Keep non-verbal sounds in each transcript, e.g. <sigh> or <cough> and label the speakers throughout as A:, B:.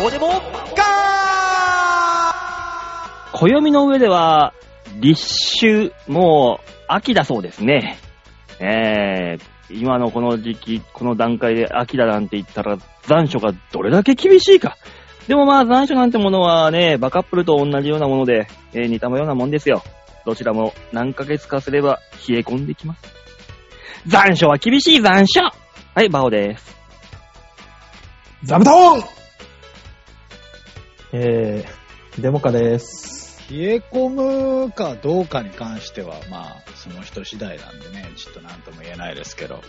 A: どうでもガー
B: 暦の上では、立秋、もう、秋だそうですね。えー、今のこの時期、この段階で秋だなんて言ったら、残暑がどれだけ厳しいか。でもまあ、残暑なんてものはね、バカップルと同じようなもので、えー似たようなもんですよ。どちらも何ヶ月かすれば冷え込んできます。残暑は厳しい残暑はい、バオです。
C: ザブトンえー、デモカです。
D: 冷え込むかどうかに関しては、まあ、その人次第なんでね、ちょっとなんとも言えないですけど。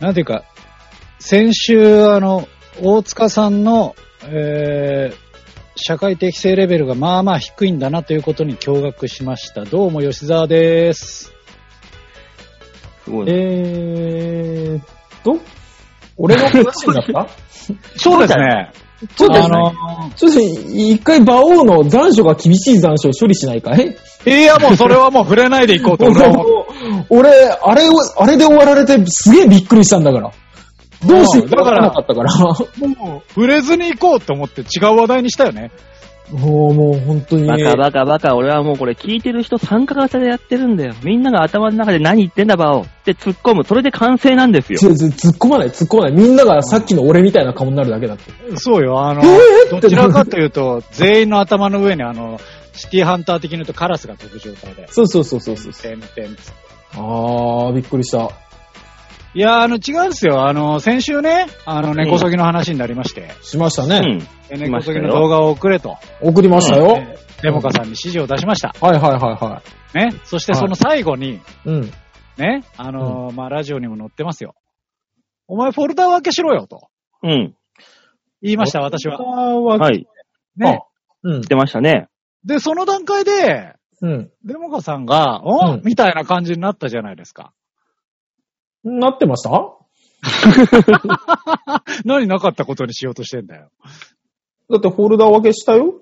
D: なんていうか、先週、あの、大塚さんの、えー、社会適正レベルがまあまあ低いんだなということに驚愕しました。どうも吉沢です。
B: すごいね。
C: えーと、俺の話になった <laughs>
D: そうですね。
C: ちょっと、
D: あ
C: あの、
D: の
C: ちょっと一回馬王の残暑が厳しい残暑を処理しないかい
D: ー、いやもうそれはもう触れないでいこうと俺は
C: もう <laughs> 俺、あれを、あれで終わられてすげえびっくりしたんだから。どうしていいか分からなかったから。
D: もう触れずに行こうと思って違う話題にしたよね。
C: もう、 <laughs> もう本当に。
B: バカバカバカ、俺はもうこれ聞いてる人参加型でやってるんだよ。みんなが頭の中で何言ってんだバオって突っ込む。それで完成なんですよ。
C: 違う違う突っ込まない、突っ込まない。みんながさっきの俺みたいな顔になるだけだって。
D: そうよ、あの、
C: えー
D: どちらかというと、全員の頭の上にあの、シティハンター的に言うとカラスが飛ぶ状
C: <laughs>
D: 態で。
C: そうそうそうそうそう。
D: 点々つ
C: あー、びっくりした。
D: いや、あの、違うんですよ。あの、先週ね、あの、根こそぎの話になりまして、
C: しました
B: う
C: ね。
B: ん。
D: で
B: 来
D: 根
B: ま
D: こ
B: した
D: そ
B: よ
D: ぎの動画を送れと、
C: 送りましたよ。
D: えーデモカさんに指示を出しました。
C: はいはいはいは
D: ね。そしてその最後に、
C: い。うん。
D: ね、あの、まあ、ラジオにも載ってますよ。お前フォルダ分けしろよと
B: うん。
D: 言いました、私は。
C: は。
B: はいい。
D: ね。
C: うん
B: 出ましたね。
D: で、その段階で、
C: うん。
D: デモカさんが、お、
C: うん
D: みたいな感じになったじゃないですか。
C: なってましただ
D: 何なかったことにしようとしてんだよ。
C: ってフォルダ分けしたよ。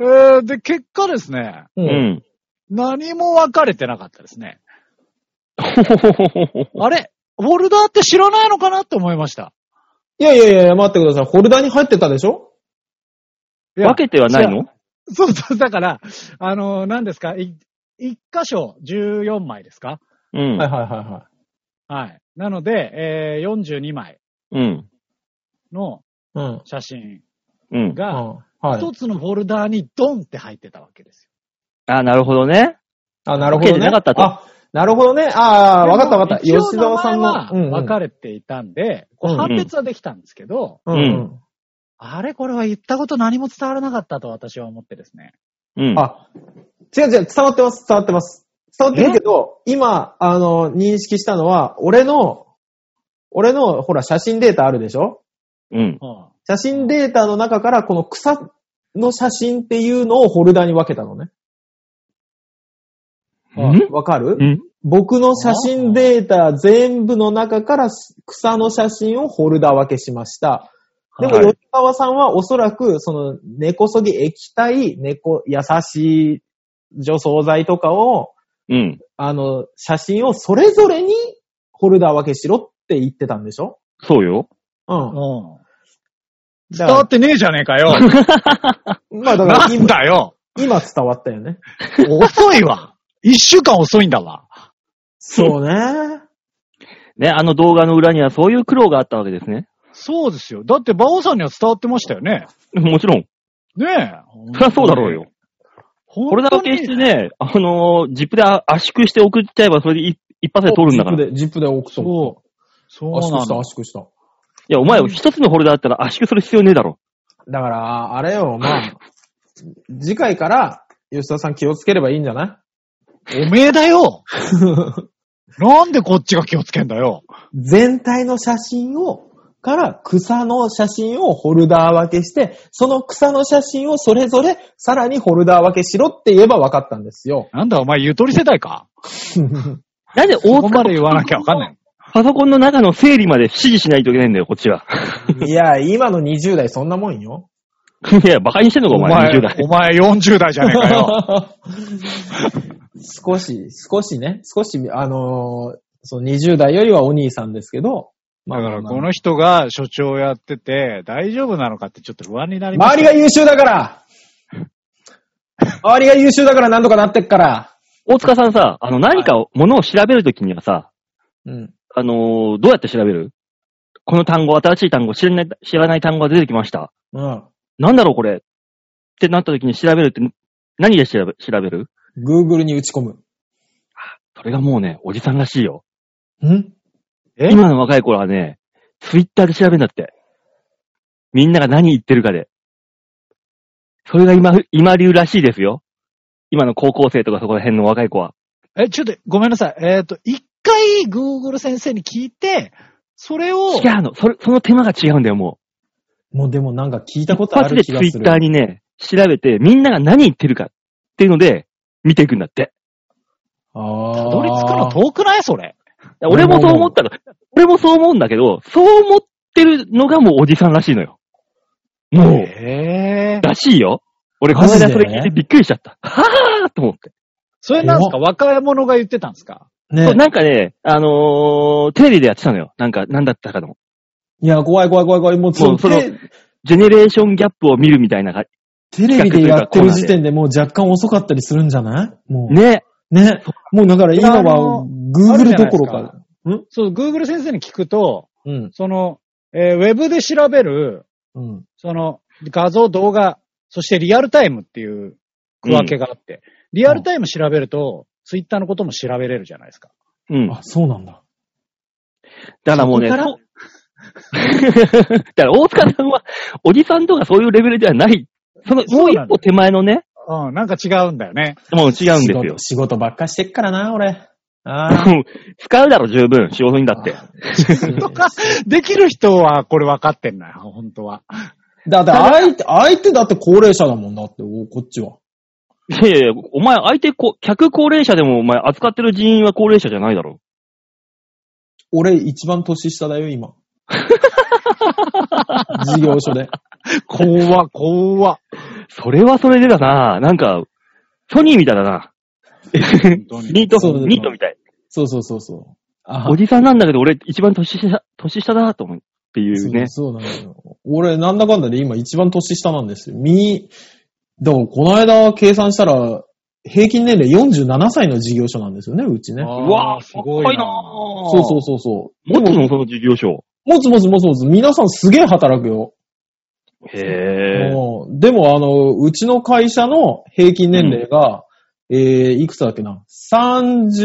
D: えー、で、結果ですね、
C: う
B: う。ん。
D: 何も分かれてなかったですね。
B: ほほほほほほ
D: あれフォルダーって知らないのかなって思いました。
C: いやいやいや、待ってください。フォルダに入ってたでしょ
D: い
B: <laughs>
D: や
B: 分けてはないの
D: そうそう、だから、あのー何ですか、い一箇所14枚ですか
B: うん
C: はい。はいはいは
D: はい。なので、えー42枚
B: うん。
D: の
C: い。うん。
D: 写真
B: うん。
D: が、
C: うんはい。
D: 一つのフォルダーにドンって入ってたわけですよ。
B: あ、なるほどね。
C: あ、なるほど
B: 分けて
C: ね。
B: なかったと
C: あ、なるほどね。あー、わかったわかった。
D: でも
C: 吉沢さんの。
D: 一応名前は分か
C: る。
D: れていたんで、こ
C: う
D: うん判別はできたんですけど、
C: うんうん。
D: あれこれは言ったこと何も伝わらなかったと私は思ってですね。
B: うん。
C: あ、違う違う、伝わってます、伝わってます。伝わってるけど、今、あの、認識したのは、俺の、俺の、ほら、写真データあるでしょ
B: うん。
D: うん
C: 写真データの中から、この草の写真っていうのをフォルダに分けたのね。
B: ん
C: わかる
B: うん。
C: 僕の写真データ全部の中から草の写真をフォルダ分けしました。でも、
B: はい
C: 吉川さんはおそらく、その、根こそぎ液体、猫、優しい除草剤とかを、
B: うん。
C: あの、写真をそれぞれにフォルダ分けしろって言ってたんでしょ
B: そうよ。
C: うん。
D: うん。伝わってねえじゃねえか <laughs> よ。
C: まあだから
D: なん
C: 今、
D: だよ。
C: 今伝わったよね。
D: 遅いわ。 <laughs> 一週間遅いんだわ。
C: そうね。
B: ね、あの動画の裏にはそういう苦労があったわけですね。 <laughs>
D: そうですよ。だって、馬王さんには伝わってましたよね。
B: もちろん。
D: ねえ。
B: そり
D: <laughs>
B: ゃそうだろうよ。。こ
D: こ
B: れだけしてね、あのー、ジップで圧縮して送っちゃえばそれで一一発で撮るんだから。い
C: ジップで、ジップで置くと思っ
D: そう
C: た。圧縮
D: な
C: した、
D: の。
C: 圧縮した。
B: や、お前一つのフォルダあったら圧縮する必要ねえだろ。
C: だから、あれよ、まあ、次回から、吉田さん気をつければいいんじゃない
D: おめえだよ。なんでこっちが気をつけんだよ。
C: 全体の写真を、から草の写真をホルダー分けして、その草の写真をそれぞれさらにホルダー分けしろって言えば分かったんです
B: <laughs>
C: よ。
D: なんだ、お前、ゆとり世代か。
B: なんで
D: こ
B: 大
D: こ
B: 塚
D: まで言わなきゃわかんない。
B: パソコンの中の整理まで指示しないといけないんだよ、こっちは。 <laughs>
C: いや、今の20代そんなもんよ。
B: いや、馬鹿にしてんのか、お
D: お
B: 前、
D: 前
B: 20代、。
D: お前40代じゃねえかよ。
C: <laughs> 少し、少しね、少し、あのーその20代よりはお兄さんですけど、ま
D: だ
C: あ
D: か
C: まあ
D: らこの人が所長やってて、大丈夫なのかってちょっと不安になります
C: 周りが優秀だから周りが優秀だからなんとかなってっから。
B: 大塚さんさ、あの、何かをものを調べるときにはさ、
C: うん。
B: あのーどうやって調べるこの単語、新しい単語、知らない、知らない単語が出てきました。
C: うん。
B: なんだろう、これってなったときに調べるって、何で調べ、調べる
C: Google に打ち込む。
B: それがもうね、おじさんらしいよ。
C: ん
D: え
B: 今の若い頃はね、ツイッターで調べるんだって。みんなが何言ってるかで。それが今、今流らしいですよ。今の高校生とかそこら辺の若い子は。
D: え、ちょっとごめんなさい。えっ、と、一回 Google 先生に聞いて、それ
B: 違
D: を、
B: うの。それ、その手間が違うんだよ、も。
C: もうでもなんか聞いうたことある
B: で
C: 気
B: ツ
C: が
B: イ
C: す
B: ッ
C: る。
B: ターにね、調べて、みんなが何言ってるかっていうので、見ていくんだって。
C: ああ。
D: たどり着くの遠くないそれ。
B: 俺もそう思ったの。俺もそう思うんだけど、そう思ってるのがもうおじさんらしいのよ。もう、
D: へえ。
B: らしいよ。俺、この間
C: マジ
B: そ
C: で
B: れ聞いてびっくりしちゃった。はぁーと思って。
D: それなんですか若者が言ってたんですか
C: ね
B: そう、なんかね、あのーテレビでやってたのよ。なんか、なんだったかの。
C: いや、怖い怖い怖い怖い。もうそ
B: も
C: の
B: うその
C: テ
B: ジェネレーションギャップを見るみたいな感
C: テレビでやってる時点でもう若干遅かったりするんじゃないも
B: じ。
C: う。ね。
B: ね。
C: もうだから今
D: いやあの
C: は Google どころ
D: あるじゃないです
C: か。
D: そう、Google 先生に聞くと、
C: うん。
D: その、えーウェブで調べる、
C: うん。
D: その、画像、動画、そしてリアルタイムっていう区分けがあって、リアルタイム調べると、ツイッターのことも調べれるじゃないですか。
B: うん。
C: あ
B: だ、
C: そうなん
B: か
C: だ。
B: らもうね、
C: そ
B: だ
C: こか
B: <laughs> からら大塚さんは、おじさんとかそういうレベルではない。その、
D: そ
B: もう
D: うな
B: 一
D: んだ
B: 歩手前のね、
D: うん、なんか違うんだよね。
B: もう違うんです
C: 仕
B: よ
C: 事。仕事ばっかしてっからな、俺。あ
B: 使うだろ、十分。仕事にだって。
D: <laughs>
C: あ。
D: とか、できる人はこれ分かってんなよ、本当は。
C: だって相手、相手だって高齢者だもんだって、おこっちは。
B: いやいやいや、お前、相手こ、客高齢者でもお前、扱ってる人員は高齢者じゃないだろ。
C: 俺一番年下だよ、
D: <laughs>
C: 今。事業所で。
D: 怖、怖。
B: それはそれでだななんか、ソニーみたいだ
C: <laughs>
B: な。
D: 本当に。
B: ニート
C: そう、
B: ニートみたい。
C: そうそうそうそう。
B: <laughs>
C: あ
B: おじさんなんだけど、俺一番年下、年下だと思う。っていうね。
C: そうそうなのよ。俺、なんだかんだで今一番年下なんですよ。み、だからこの間計算したら、平均年齢47歳の事業所なんですよね、うちね。
B: うわぁ、
D: す
B: すご
D: ご
B: い
D: い
B: な
D: な
B: ぁ
C: そうそうそうそう。で
B: 持つ
C: も、
B: のその事業所。
C: もつもつもつもつ、皆さんすげえ働くよ。
B: へえ。
C: もうでも、あの、うちの会社の平均年齢が、えー、いくつだっけな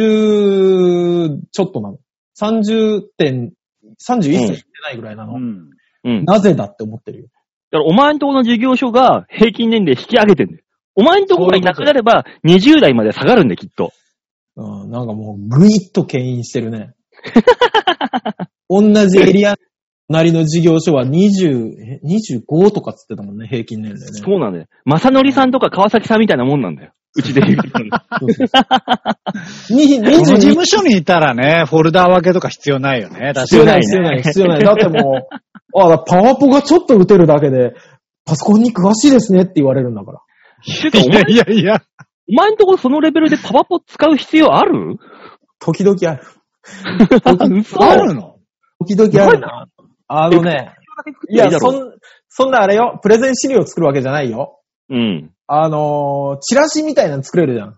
C: ?30 ちょっとなの。30点、31歳いってないぐらいなの。
D: うん。
B: うん。だ
C: なぜだって思ってるよ。
B: からお前んとこの事業所が平均年齢引き上げてんだよ。お前んとこがいなくなれば20代まで下がるんだよ、きっと。
C: うん、なんかもうぐいっと牽引してるね。同じエリアなりの事業所は20、え25とかっつってたもんね、平均年齢ね。
B: そうなんだよ。正則さんとか川崎さんみたいなもんなんだよ。うちで <laughs> 言うと。
C: そうそうそうに
D: この事
C: 22
D: 務所にいたらね、フォルダー分けとか必要ないよね。
C: 必
D: 確
C: 要
D: か
C: ない、
D: に。
C: 必要ない、必要ない。だっても <laughs> う、あ、パワポがちょっと打てるだけで、パソコンに詳しいですねって言われるんだから。
B: 必要 <laughs> ない
D: いやいやいや。
B: お前んとこそのレベルでパワポ使う必要ある
C: 時々ある。 <laughs>
B: 嘘
D: あるの
C: 時々あるな。あのね、いや、そん、そんなあれよ、プレゼン資料を作るわけじゃないよ。
B: うん。
C: あのーチラシみたいなの作れるじゃん。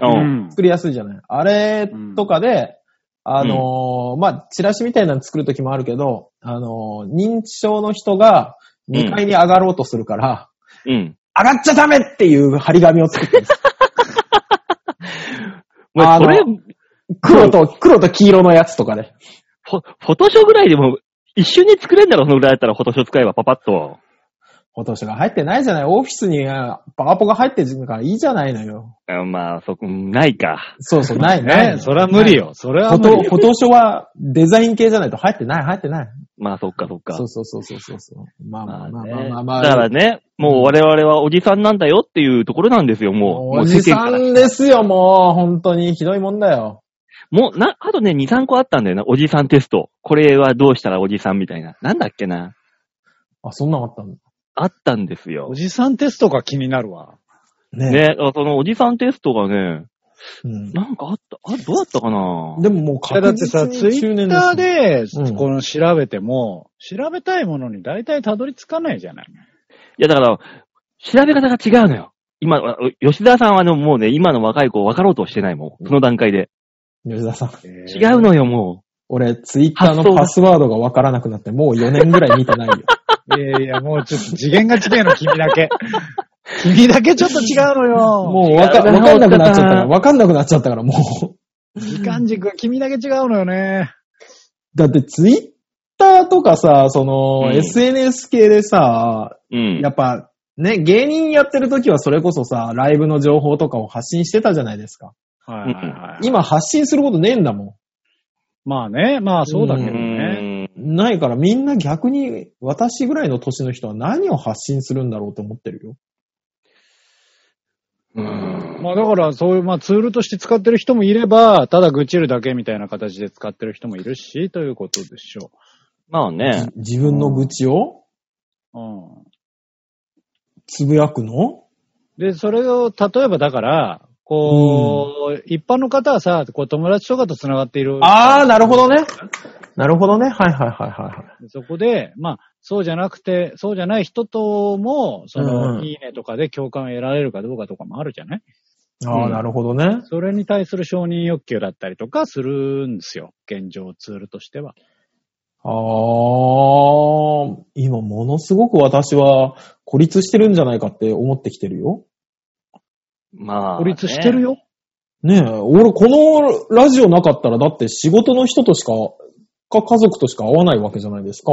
B: うん。
C: 作りやすいじゃない。あれとかで、あのーまあ、チラシみたいなの作るときもあるけど、あのー認知症の人が2階に上がろうとするから、
B: うん。
C: 上がっちゃダメっていう張り紙を作ってるんです。
B: お前
C: あ
B: そ
C: の
B: れ、
C: 黒と、黒と黄色のやつとかで。
B: フォフォトショーぐらいでも、一瞬に作れんだろ、そのぐらいだったらフォトショー使えばパパッと。
C: 今年が入ってないじゃない。オフィスにあパワポが入ってるからいいじゃないのよ。
B: うんまあ、そこ、ないか。
C: そうそう、ない
D: ね、
C: <laughs> ね。
D: それは無理よ。それ
C: フ
D: は
C: ォ
D: 無
C: ト、
D: 理
C: フ
D: よ。
C: ォトショーはデザイン系じゃないと入ってない、入ってない。
B: まあ、そっかそっか。
C: そうそうそうそうそうそう。まあま
B: ま
C: あ
B: あ
C: まあ
B: ね
C: まあまあまあ。
B: だからね、もう我々はおじさんなんだよっていうところなんですよ、もう。
C: おじさ
B: もう世間から
C: んですよ、もう。本当に。ひどいもんだよ。
B: もう、な、あとね、2、3個あったんだよな、おじさんテスト。これはどうしたらおじさんみたいな。なんだっけな。
C: あ、そんなんあったんだ。
B: あったんですよ
D: お。じさんテストが気になるわ。
C: ね
B: ね、あそのおじさんテストがね、
C: うん
B: なんかあった、あ、どうだったかな
C: でももう
D: いやだっ
C: 確
D: てさ、
C: 実
D: ツイ
C: に中年
D: ッター
C: で
D: で、
C: うん
D: この調べても、調べたいものに大体たどり着かないじゃない。
B: いや、だから、調べ方が違うのよ。今、あ吉沢さんはね、もうね、今の若い子分かろうとしてないもん。その段階で。
C: す。吉田さん。
D: 違
B: 違うのよ、も
C: 俺、ツイッターのパスワードがわからなくなって、もう4年ぐらい見て
B: <laughs>
C: ないよ。
D: いやいや、もうちょっと次元が違うの、君だ <laughs> け。君だけちょっと違うのよ。
C: もうわか
B: 違うな
C: わかんなくなっちゃ
B: おっ
C: ったか
B: かな
C: ら、わかんなくなっちゃったから、もう。
D: う、時間軸が君だけ違うのよね。
C: だってツイッターとかさ、その、
B: うん
C: SNS 系でさ、
B: う。うん。
C: やっぱ、ね、芸人やってる時はそれこそさ、ライブの情報とかを発信してたじゃないですか。
D: はいはいはい。
C: 今発信することねえんだも
D: まあね、まあそうだけど
B: う
D: ね。
B: ん
C: ん。ないからみんな逆に私ぐらいの年の人は何を発信するんだろうと思ってるよ。
B: うん
D: まあだから、そういう、まあツールとして使ってる人もいれば、ただ愚痴るだけみたいな形で使ってる人もいるし、ということでしょ
B: まあね。
C: じ自分の愚痴を
D: う。うん。
C: つぶやくの
D: で、それを、例えばだから、こう、一般の方はさ、こう友達とかと繋がっている。
C: ああ、なるほどね。なるほどね。はいはいはいはい。
D: そこで、まあ、そうじゃなくて、そうじゃない人とも、その、
C: うんうん
D: いいねとかで共感を得られるかどうかとかもあるじゃない
C: ああ、
B: うん
C: なるほどね。
D: それに対する承認欲求だったりとかするんですよ。現状ツールとしては。
C: ああ、今ものすごく私は孤立してるんじゃないかって思ってきてるよ。
B: まあ。
D: 孤立してる
B: よ。
D: よ。
C: ねえ、俺このラジオなかったらだって仕事の人としか、か家族としか会わないわけじゃないですか。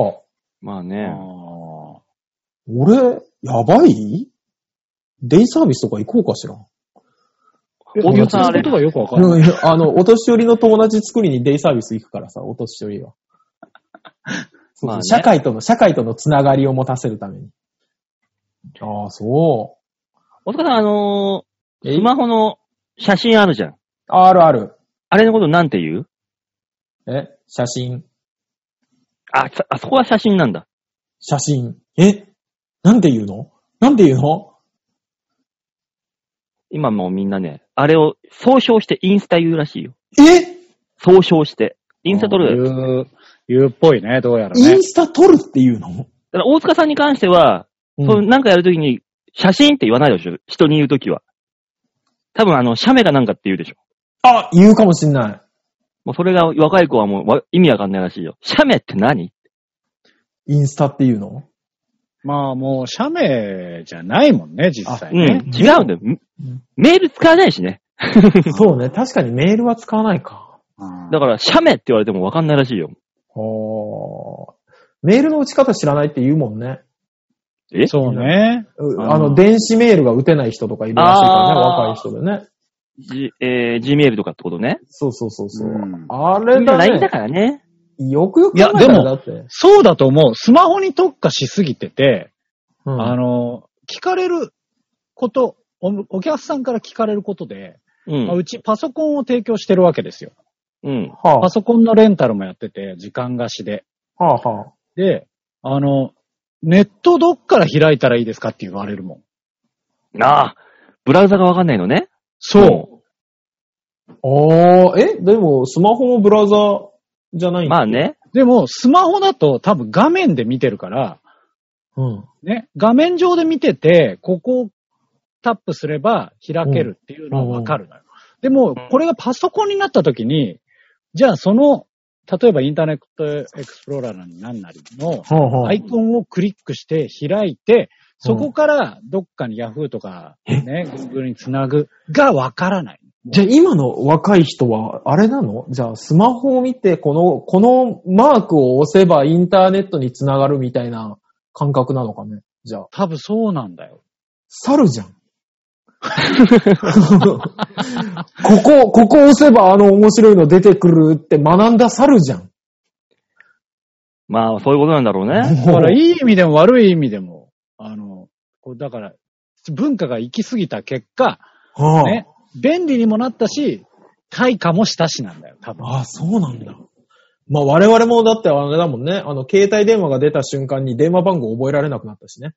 B: まあ
D: あ
B: ね。
D: ー
C: 俺、やばいデイサービスとか行こうかしら。
D: え
B: お父
D: 言って
B: さんあ
D: る
B: れ
D: ことがよくわかんない。
C: うんあの、お年寄りの友達作りにデイサービス行くからさ、お年寄
B: <laughs>
C: りは。そうそう
B: まあね
C: 社会との、社会とのつながりを持たせるために。ああ、そ
B: お塚さん、あの
C: う。
B: ースマホの写真あるじゃん。
C: あるある。
B: あれのことなんて言う
C: え写真。
B: あ、さあそこは写真なんだ。
C: 写真。えなんて言うのなんて言うの
B: 今もうみんなね、あれを総称してインスタ言うらしいよ。
C: え
B: 総称して。インスタ撮る。
D: る。言う、言うっぽいね、どうやら
C: イ
D: ね
C: ン。スタ撮るって言うの、
B: だから大塚さんに関しては、
C: うん
B: そうなんかやるときに、写真って言わないでしょ人に言うときは。多分あの、写メかなんかって言うでしょ
C: あ、言うかもしんな
B: もうそれが若い子はもうわ意味わかんないらしいよ。写メって何
C: い。インスタって言
B: <laughs>
C: うの
D: まあもう、社名じゃないもんね、実際
B: うん。
D: ね。
B: 違うんだよ。メール使わないしね。
C: そうね。確かにメールは使わないか。
D: うん
B: だから、写メって言われてもわかんないらしいよ。
C: はあ。メールの打ち方知らないって言うもんね。
B: え
D: そうね。
C: う
D: あー
C: あの、電子メールが打てない人とかいるらしいからね、
B: あー
C: 若い人でね。
B: じ、えー、Gmail とかってことね。
C: そうそうそうそう。
D: うん
C: あれ
B: みんな
C: だ
B: LINE だ
C: ね。
B: からね。
C: よくよく考え
D: いやで
C: たら
D: も
C: だって。
D: そうだと思う。スマホに特化しすぎてて、
C: うん
D: あの、聞かれること、おお客さんから聞かれることで、
B: う
D: まあ
B: ん。
D: うちパソコンを提供してるわけですよ。
B: うん。
C: は
D: パソコンのレンタルもやってて、時間貸しで。
C: あ、はあ、はあ。
D: で、あの、ネットどっから開いたらいいですかって言われるもん。
B: なあ、ブラウザがわかんないのね。
D: そう。
C: ああ、え、でも、スマホもブラウザーじゃないんだ
B: まあね。
D: でも、スマホだと多分画面で見てるから、
C: うん。
D: ね、画面上で見てて、ここをタップすれば開けるっていうのはわかるのよ。でも、これがパソコンになった時に、じゃあその、例えばインターネットエクスプローラーなり何なりの
C: はあ、は
D: アイコンをクリックして開いて、そこからどっかに Yahoo とかね、Google につなぐがわからない。
C: じゃあ今の若い人は、あれなのじゃあスマホを見て、この、このマークを押せばインターネットにつながるみたいな感覚なのかねじゃあ、
D: 多分そうなんだよ。
C: 猿じゃん。 <laughs> ここ、ここ押せばあの面白いの出てくるって学んだ猿じゃん。
B: まあ、そういうことなんだろうね。
D: だからいい意味でも悪い意味でも、あの、こうだから、文化が行き過ぎた結果、
C: はあ
D: ね、便利にもなったし、対価もしたしなんだよ、多分。
C: ああ、そうなんだ。まあ我々もだってあれだもんね。あの、携帯電話が出た瞬間に電話番号覚えられなくなったしね。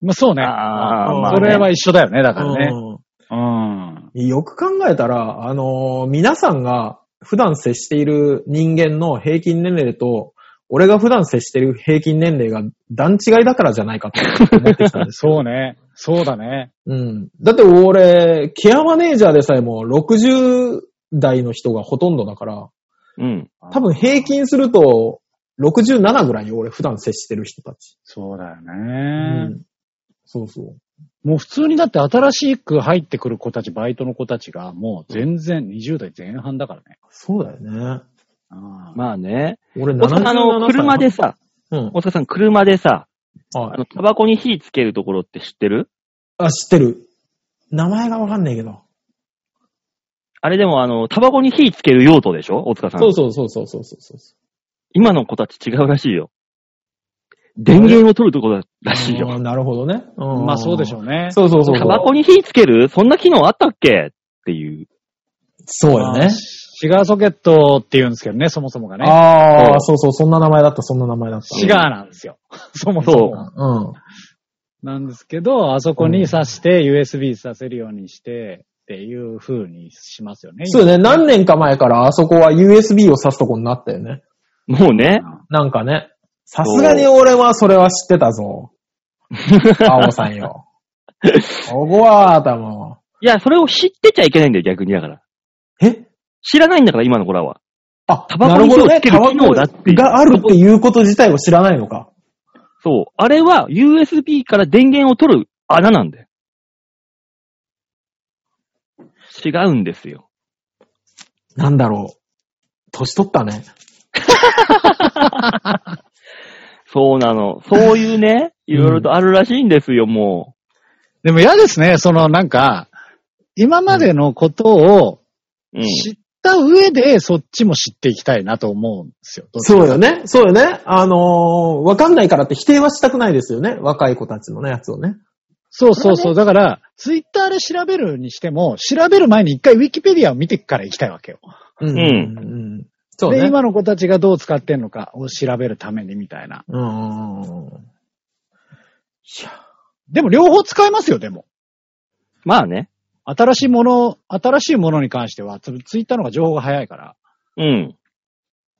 D: まあそうね。
B: あー
D: うん
B: まあ
D: そ
B: ね
D: れは一緒だよね、だからね。
C: うん
D: うん。
C: よく考えたら、あのー皆さんが普段接している人間の平均年齢と、俺が普段接している平均年齢が段違いだからじゃないかと思ってきたんです。
D: そうね。そうだね。
C: うん。だって俺、ケアマネージャーでさえも60代の人がほとんどだから、
B: うん。
C: 多分平均すると67ぐらいよ、俺普段接してる人たち。
D: そうだよね。
C: うん。そうそう。
D: もう普通にだって新しく入ってくる子たち、バイトの子たちが、もう全然20代前半だからね。
C: そうだよね。
D: あ
B: まあね。
C: 俺
B: 大塚さん、あの、車で。さ、
C: うん。
B: 大塚さん、車でさ、
C: は
B: あ
C: い
B: の、タバコに火つけるところって知ってる
C: あ、知ってる。名前がわかんないけど。
B: あれでも、あの、タバコに火つける用途でしょ大塚さん。
C: そうそうそうそうそうそうそう。
B: 今の子たち違うらしいよ。電源を取るところらしい
C: あー
B: よ。
C: なるほどね。うん
D: まあそうでしょうね。
C: そうそうそうそう。
B: タバコに火つけるそんな機能あったっけっていう。
C: そうよ
D: ま
C: ね
D: あ。シガーソケットって言うんですけどね、そもそもがね。
C: ああ、そうそう、そんな名前だった、そんな名前だった。
D: シガーなんですよ。 <laughs> そもそもが。
C: うん。
D: なんですけど、あそこに挿して USB させるようにして、っていう風にしますよね。
C: そうよね。何年か前からあそこは USB を挿すとこになったよね。
B: もう
C: <laughs>
B: ね。
C: なんかね。さすがに俺はそれは知ってたぞ。青さん
B: <laughs>
C: よ。ここは頭を。
B: いや、それを知ってちゃいけないんだよ、逆にだから。
C: え
B: 知らないんだから、今の子らは。
C: あ、
B: タバコに火をつける機能だっていう
C: なるほどねタバコがあるっていうこと自体を知らないのか。
B: そう。あれは USB から電源を取る穴なんだよ。違うんですよ。
C: なんだろう。年取ったね。
B: そうなの。そういう
C: <laughs>
B: ね、いろいろとあるらしいんですよ、も
D: でも嫌ですね、そのなんか、今までのことを
B: う。うん。
D: 知った上で、そっちも知っていきたいなと思うんですよ。どっちか
C: そうよね。そうよね。あのーわかんないからって否定はしたくないですよね。若い子たちのね、やつをね。
D: そうそうそう。だから、ツイッターで調べるにしても、調べる前に一回ウィキペディアを見てから行きたいわけよ。
C: うんん。そう
D: で、
C: ね。
D: 今の子たちがどう使ってんのかを調べるためにみたいな。
C: うんうんうんうん。
D: でも両方使えますよ、でも。
B: まあね。
D: 新しいもの、新しいものに関しては、ツツイッターの方が情報が早いから。
B: うん。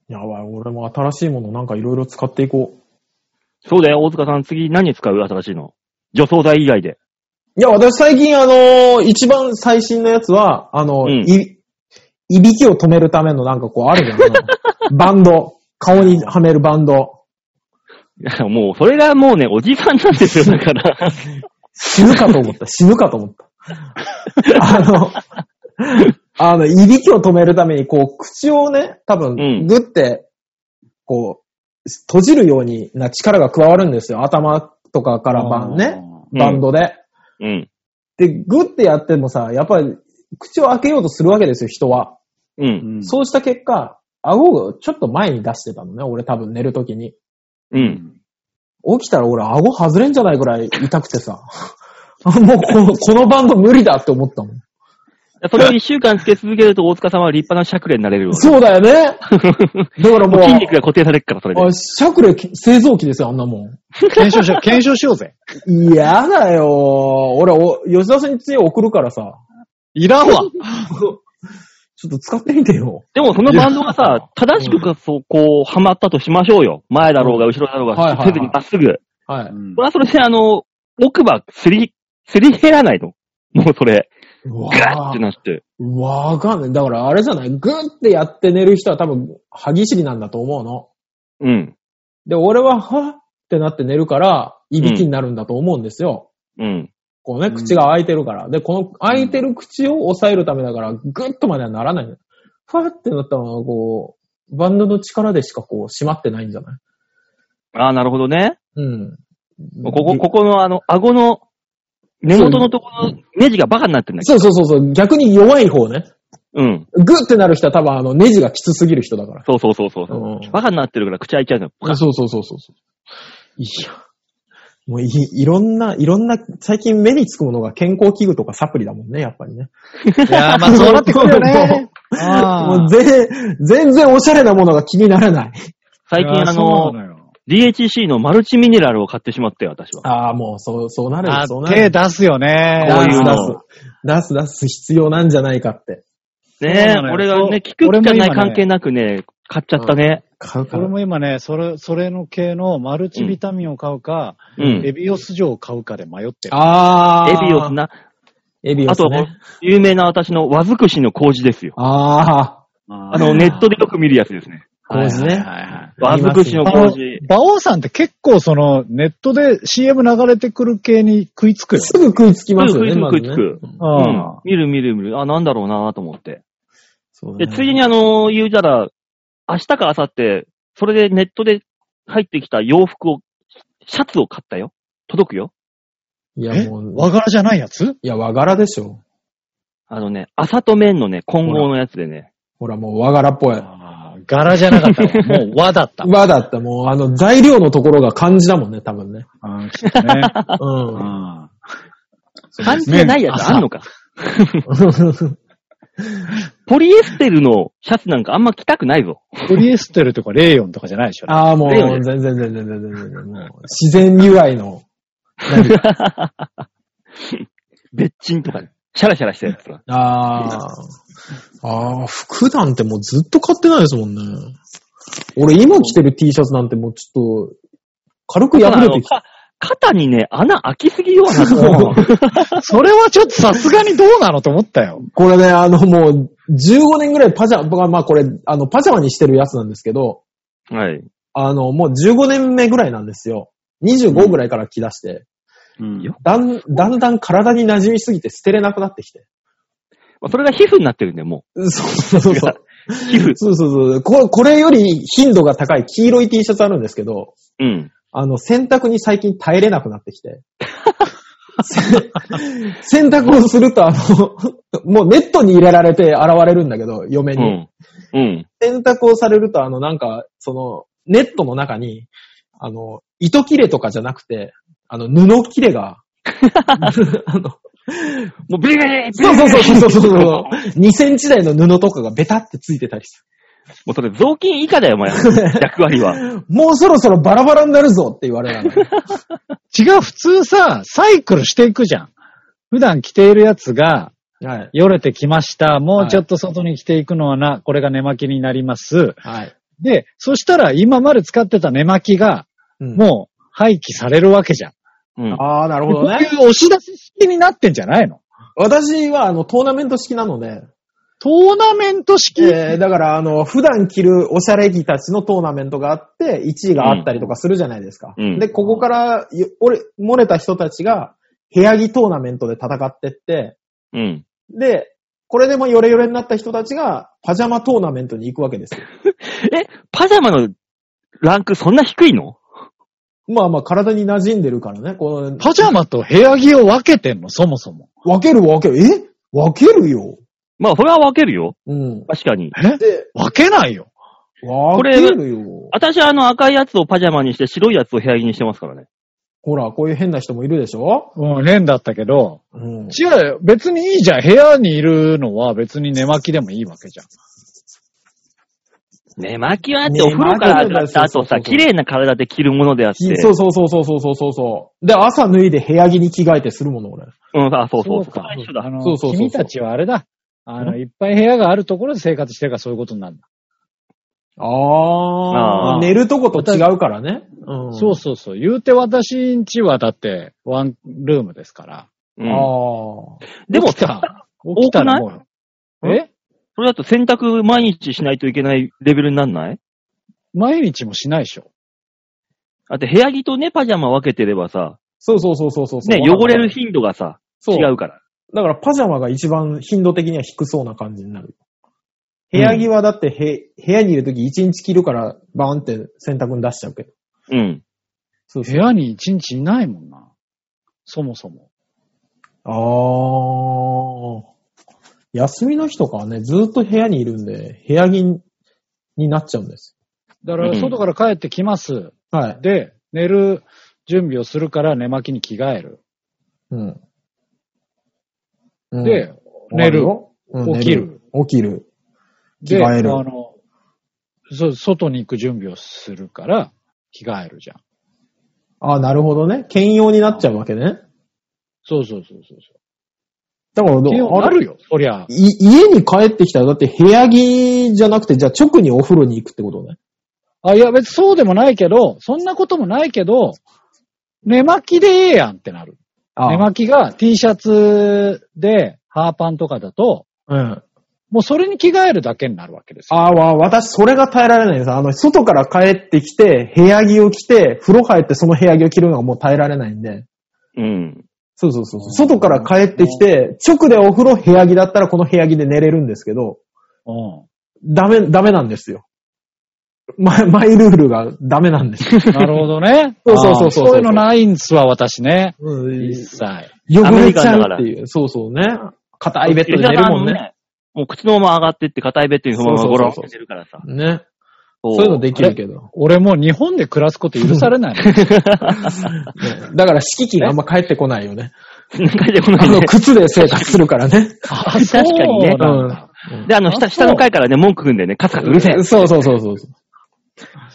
C: やばい、俺も新しいものなんかいろいろ使っていこう。
B: そうだよ、大塚さん、次何使う新しいの。除草剤以外で。 <laughs>
C: いや、私最近あのー一番最新のやつは、あのー
B: うん
C: い、いびきを止めるためのなんかこうある
B: <laughs>
C: じゃん。バンド。顔にはめるバンド。
B: いや、もう、それがもうね、おじさんなん
C: <laughs>
B: ですよ、だから。
C: 死ぬかと思った。死ぬかと思った。あの、あの、いびきを止めるために、こう、口をね、多
B: うん
C: 分、ぐって、こう、閉じるようにな力が加わるんですよ。頭とかからバンね、
B: うん
C: バンドで。
B: うん。
C: で、ぐってやってもさ、やっぱり、口を開けようとするわけですよ、人は。
B: う。
D: うんん。
C: そうした結果、顎をちょっと前に出してたのね、俺多分寝るときに。
B: う。。
D: うん
C: 起きたら俺顎外れんじゃないぐらい痛くて <laughs> さ。もうこの、このバンド無理だって思ったもん。
B: それを一週間つけ続けると、大塚さんは立派なシャクレにな
C: <laughs>
B: れるわ。
C: そうだよね。だからも
B: も
C: う、
B: う筋肉が固定されるから、それで
C: あ。シャクレ製造機ですよ、あんなも
D: 検証しよう、検証しようぜ。
C: ん。嫌だよ。俺、お吉田さんに次送るからさ、
D: いらんわ。
C: ちょっと使ってみてよ。
B: でも、そのバンドがさ、正しくか、そう、こう、はまったとしましょうよ。前だろうが、後ろだろう
C: はいはいは
B: が、
C: い
B: せずにまっすぐ。
C: はい。
B: それはそれで、あの、奥歯、すり、すり減らないの。もうそれ、
C: わ
B: ガーってなって。
C: わかんない。だからあれじゃないグーってやって寝る人は多分、歯ぎしりなんだと思うの。
B: うん。
C: で、俺は、はってなって寝るから、いびきになるんだと思うんですよ。
B: うん。
C: こうね、
D: うん
C: 口が開いてるから。で、この開いてる口を抑えるためだから、グッとまではならないの。ふわってなったのは、こう、バンドの力でしかこう、閉まってないんじゃない
B: ああ、なるほどね。
C: うん。
B: ここ、ここの、あの、顎の、根元のところのネジがバカになってんだけ
C: そうそうそうそう、逆に弱い方ね。
B: ど。うん。
C: グッてなる人は多分あの、ネジがきつすぎる人だから。
B: そうそうそうそう。
C: う
B: バカになってるから口開いちゃうの。
C: ん、そうそうそうそうそう。いや。もうい、いろんな、いろんな、最近目につくものが健康器具とかサプリだもんね、やっぱりね。
D: い
B: <laughs>
D: やーまあそうなってくるよね。あー
C: もう全、全然おしゃれなものが気にならない。
B: 最近
D: いやー
B: あ
D: そう
B: の、
D: なよ
B: DHC のマルチミネラルを買ってしまったよ、私は。
C: ああ、もう、そう、そうなるよ
D: あ
C: そう
D: ー
C: なる
D: 手
C: よ。
D: 出すよね。
B: こういうの
C: 出す出す出す出す必要なんじゃないかって。
B: ね
D: そうなのよ
B: 俺がね、
D: そ
B: 聞
D: う
B: く
D: 俺
B: 聞
D: も
B: か
D: 今
B: な
D: ね
B: い関係なくね、買っちゃったね。
C: 買うか
D: 俺
C: ら。
D: も今ね、それ、それの系のマルチビタミンを買うか、
B: うん。
D: エ
B: エ
D: ビオス錠を買うかで迷ってる。
C: あー。
B: ビオス。な。
C: エビオ
B: あ
C: ス
B: と
C: ね。、
B: 有名な私の和尽くしの麹ですよ。
C: あ
D: あ
B: あの、ネットでよく見るやつですね。
C: ー。こうですね。
D: ね。
B: 和尽くしの
D: あの
B: 麹。、
D: 馬王さんって結構その、ネットで CM 流れてくる系に食いつくよ。
C: すぐ食いつきますよね、
B: すぐ
C: ま
B: 食
C: ず
B: いつ
C: ね
B: く。
D: う
B: うんん。見る見る見る。あ、なんだろうなと思って。
C: そうだ
B: で、
C: ね
B: ついでにあの、言うたら、明日か明後日、それでネットで入ってきた洋服を、シャツを買ったよ。届くよ。
C: いや、
D: え
C: もう、
D: 和柄じゃないやつ
C: いや、和柄でしょ。
B: あのね、朝と麺のね、混合のやつでね。
C: ほら、もう和柄っぽい。
D: あー柄じゃなか <laughs> ったわ。もう和だった。
C: 和だった。もう、あの、材料のところが漢字だもんね、多分ね。
D: うんきっとね。う
C: うん。
D: ん
B: 関係ないやつあんのか。ポリエステルのシャツなんかあんま着たくないぞ。
D: ポリエステルとかレーヨンとかじゃないでしょ。
C: ああ、もう、
B: だよね
C: 全然全然全然全然。もう自然由来の。 <laughs>
B: べっちんとかね、シャラシャラしたやつが。
C: ああ。ああ、服なんてもうずっと買ってないですもんね。俺今着てる T シャツなんてもうちょっと、軽く
B: ただあ
C: 破れて
B: の
C: きた。
B: か肩にね、穴開きすぎようなの。
D: それはちょっとさすがにどうなのと思ったよ。
C: これね、あのもう、15年ぐらいパジャマ、僕はまあこれ、あの、パジャマにしてるやつなんですけど、
B: はい。
C: あの、もう15年目ぐらいなんですよ。25ぐらいから着出して、
B: よ
C: だん、だんだん体に馴染みすぎて捨てれなくなってきて。
B: まあそれが皮膚になってるんで、も
C: そうそうそうそう。
B: う。皮膚。
C: そうそうそう。ここれより頻度が高い黄色い T シャツあるんですけど、
B: うん。
C: あの、洗濯に最近耐えれなくなってきて。 <laughs> せ洗濯をすると、あの、もうネットに入れられて現れるんだけど、嫁
B: う
C: に。
B: ん。うん。
C: 洗濯をされると、あの、なんか、その、ネットの中に、あの、糸切れとかじゃなくて、あの、布切れが、あの、
B: もうビリビリビリ
C: そうそうそうそうそ
B: <laughs>
C: うそう、2センチ台の布とかがベタってついてたりす
B: もうそれ雑巾以下だよ、お前。役割は。
C: る。もうそろそろバラバラになるぞって言われながら。
D: 違う、普通さ、サイクルしていくじゃん。普段着ているやつが、
C: はい。
D: よれてきました。も
C: は
D: う
C: い
D: ちょっと外に着ていくのはな、これが寝巻きになります。
C: はい。
D: で、そしたら今まで使ってた寝巻きが、
C: うん
D: もう廃棄されるわけじゃん。
B: うん。
C: ああ、なるほ
D: こ
C: ど
D: うい
C: ね。
D: う押し出し式になってんじゃないの
C: 私は、あの、トーナメント式なので、
D: トーナメント式、
C: えー、だから、あの、普段着るおしゃれ着たちのトーナメントがあって、1位があったりとかするじゃないですか。
B: うん
C: で、ここから、よ俺、漏れた人たちが、部屋着トーナメントで戦ってって、
B: うん。
C: で、これでもヨレヨレになった人たちが、パジャマトーナメントに行くわけですよ。
B: え、パジャマのランクそんな低いの
C: まあまあ、体に馴染んでるからね、この、
D: パジャマと部屋着を分けてんの、そもそも。
C: 分ける分ける、え分けるよ。
B: まあ、それは分けるよ。
C: うん。
B: 確かに。
D: え
C: で、
D: 分けないよ。
C: 分
B: れ
C: けるよ。
B: 私はあの赤いやつをパジャマにして白いやつを部屋着にしてますからね。
C: ほら、こういう変な人もいるでしょ
D: うん、変だったけど。
C: うん。
D: 違うよ。別にいいじゃん。部屋にいるのは別に寝巻きでもいいわけじゃん。
B: 寝巻きはってお風呂から上がった後さ、
C: 寝巻きはそうそうそう
B: 綺麗な体で着るものであって。
C: そうそうそうそうそうそうそう。で、朝脱いで部屋着に着替えてするもの、俺。
B: うん、あ、そうそう。
D: そうか
B: 一緒だ
D: あの
C: そうそうそうそう
D: 君たちはあれだ。あの、いっぱい部屋があるところで生活してるからそういうことになるんだ。
C: あ
B: あ
C: あ。
B: ー
C: 寝るとこと違うからね。うん。
D: そうそうそう。言うて私んちはだってワンルームですから。
B: うん
C: あ
B: でも
D: 起きた。起きたらも
C: 多く
D: う。
C: ない
D: え
B: それだと洗濯毎日しないといけないレベルになんない
D: 毎日もしないでしょ。
B: だって部屋着とね、パジャマ分けてればさ、
C: そうそうそうそうそうそう。
B: ね、汚れる頻度がさ、
C: そう
B: 違うから。
C: だからパジャマが一番頻度的には低そうな感じになる。部屋着はだってへ、部屋にいるとき一日着るからバーンって洗濯に出しちゃうけど。
B: うん。
C: そう
D: 部屋に一日いないもんな。そもそも。
C: そう。ああ。休みの日とかはね、ずっと部屋にいるんで、部屋着にになっちゃうんです。
D: だから
B: うん
D: 外から帰ってきます。
C: はい。
D: で、寝る準備をするから寝巻きに着替える。
C: うん。
D: で、
C: うん、
D: 寝る。
C: うん。
D: 起
C: 寝
D: きる。
C: 起きる。着
D: で、
C: 替える
D: あの、そう、外に行く準備をするから、着替えるじゃん。
C: ああ、なるほどね。兼用になっちゃうわけね。
D: そうそうそうそうそ
C: だからど
D: 気温
C: う、
D: な
C: あ
D: る
C: る
D: よ、そりゃ。
C: い家に帰ってきたら、だって部屋着じゃなくて、じゃあ直にお風呂に行くってことね。
D: あ、いや、別にそうでもないけど、そんなこともないけど、寝巻きでええやんってなる。
C: あ
D: 寝巻きが T シャツで、ハーパンとかだと、
C: うん。
D: もうそれに着替えるだけになるわけですよ。
C: あーわ、私、それが耐えられないです。あの、外から帰ってきて、部屋着を着て、風呂入ってその部屋着を着るのがもう耐えられないんで。
B: うん。
C: そうそうそうそう。外から帰ってきて、直でお風呂部屋着だったらこの部屋着で寝れるんですけど、
D: う
C: ダメ、ダメなんですよ。マイ、マイルールがダメなんですよ。
D: ん。なるほどね
C: <laughs> 。そうそうそうそう
D: あーそういうのないんですわ、私ね。
C: うん
D: 一切。
C: 汚れちゃうっていう。そうそうね。硬いベッドで寝るもんね。。
B: もう靴のまま上がってって硬いベッドにそのままゴロンって寝るからさ。
C: ね。
B: そ
C: そういうのできるけど。
D: 俺もう日本で暮らすこと許されない。
C: ねだから敷金があんま返ってこないよね。
B: なんかでこ
C: あ
B: <laughs> ない
C: の、
B: ね。
C: 靴で生活するからね。
D: あ
B: 確かにね
D: そうなんだ
B: で、あの、下、下の階からね、文句言うんでね、カツカツうるせえ。
C: そうそうそうそう。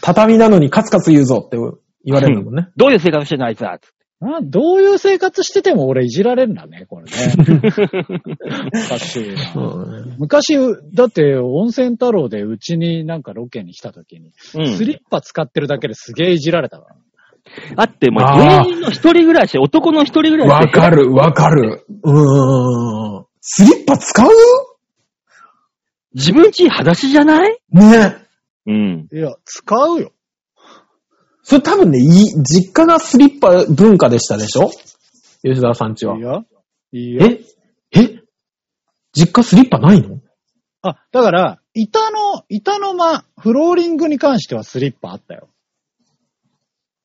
C: 畳なのにカツカツ言うぞって言われるんだもんね。
B: どういう性格してんのあいつは。つって
D: などういう生活してても俺いじられんだね、これね。おかしいな。
C: うん
D: 昔、だって、温泉太郎でうちになんかロケに来た時に、
B: うん
D: スリッパ使ってるだけですげえいじられたから。
B: あって、もう
C: あー
B: 芸人の一人暮らし、男の一人暮らし。
C: わかる、わかる。うーん。スリッパ使う
B: 自分ち裸足じゃない
C: ね
B: うん。
D: いや、使うよ。
C: それ多分ね、い実家がスリッパ文化でしたでしょ吉沢さんちは。
D: や、いや。
C: ええ実家スリッパないの
D: あ、だから、板の、板の間、フローリングに関してはスリッパあったよ。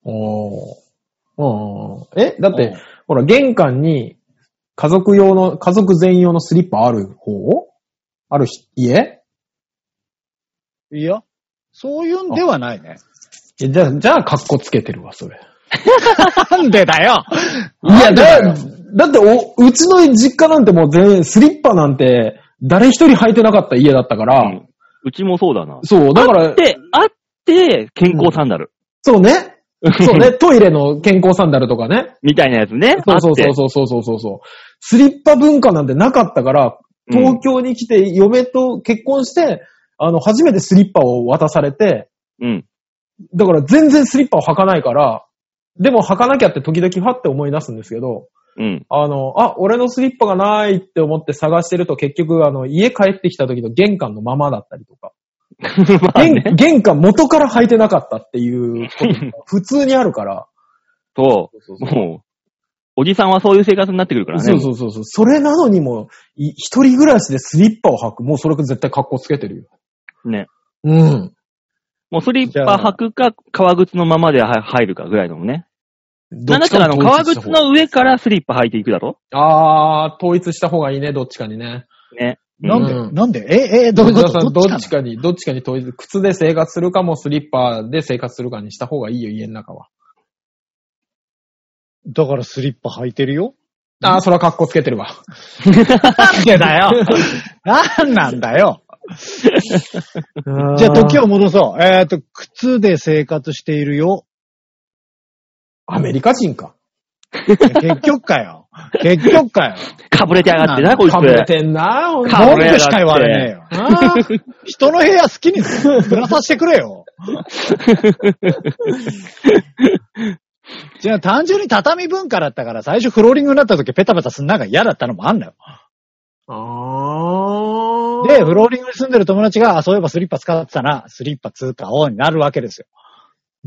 C: おー。えだっ
D: うん
C: て、ほら、玄関に家族用の、家族全員用のスリッパある方あるひ家
D: いや、そういうんではないね。
C: えじゃあ、じゃあ、格好つけてるわ、それ。
D: なんでだよ
C: いや、だ、
D: な
C: だ
D: ん
C: ってお、うちの実家なんてもう全然、スリッパなんて、誰一人履いてなかった家だったから、
B: うんうちもそうだな。
C: そう、だから、
B: で、あって、健康サンダル。
C: そうね。 <laughs> そうね、トイレの健康サンダルとかね。
B: みたいなやつね。
C: そうそうそう
B: う。
C: そうそうそうそう。スリッパ文化なんてなかったから、東京に来て、嫁と結婚して、あの、初めてスリッパを渡されて、
B: うん。
C: だから全然スリッパを履かないから、でも履かなきゃって時々はって思い出すんですけど、
B: うん。
C: あの、あ、俺のスリッパがないって思って探してると結局、あの、家帰ってきた時の玄関のままだったりとか、
B: <laughs> まあね
C: 玄。玄関元から履いてなかったっていうことが普通にあるから、
B: そう。もう、おじさんはそういう生活になってくるからね。
C: そうそうそうそう。それなのにも、い一人暮らしでスリッパを履く。もうそれ絶対格好つけてるよ。
B: ね。
C: うん。
B: もうスリッパ履くか、革靴のままでは入るかぐらいのもね。
C: ど
B: なんだったらあの、革靴。の上からスリッパ履いていくだろ
C: あー、統一した方がいいね、どっちかにね。
B: ね。
D: なんで、
C: うん
D: なんでえ、え、どういうこ
C: 吉田さ
D: と
C: んど
D: どっちか
C: っちか
D: な
C: に、どっちかに統一。靴で生活するかも、スリッパで生活するかにした方がいいよ、家の中は。
D: だからスリッパ履いてるよ。
C: あー、それは格好つけてるわ。
D: なんでだよ <laughs> なんなんだよじ
C: じ
D: ゃあ時を戻そう。えっ、と、靴で生活しているよ。
C: アメリカ人か。
D: 結局かよ。結局かよ。
B: かぶれてやがってな、こいつ。
C: かぶれてんな、ほんと
B: か
D: 文
B: ぶれやがって
D: 句しか言われねえよ。
C: あー
B: <laughs>
D: 人の部屋好きにぶらさせてくれ <laughs> よ。じゃあ単純に畳文化だったから最初フローリングになった時ペタペタすんなんが嫌だったのもあんだよ。
C: あー。
D: で、フローリングに住んでる友達が、あそういえばスリッパ使ってたな、スリッパ通貨王になるわけですよ。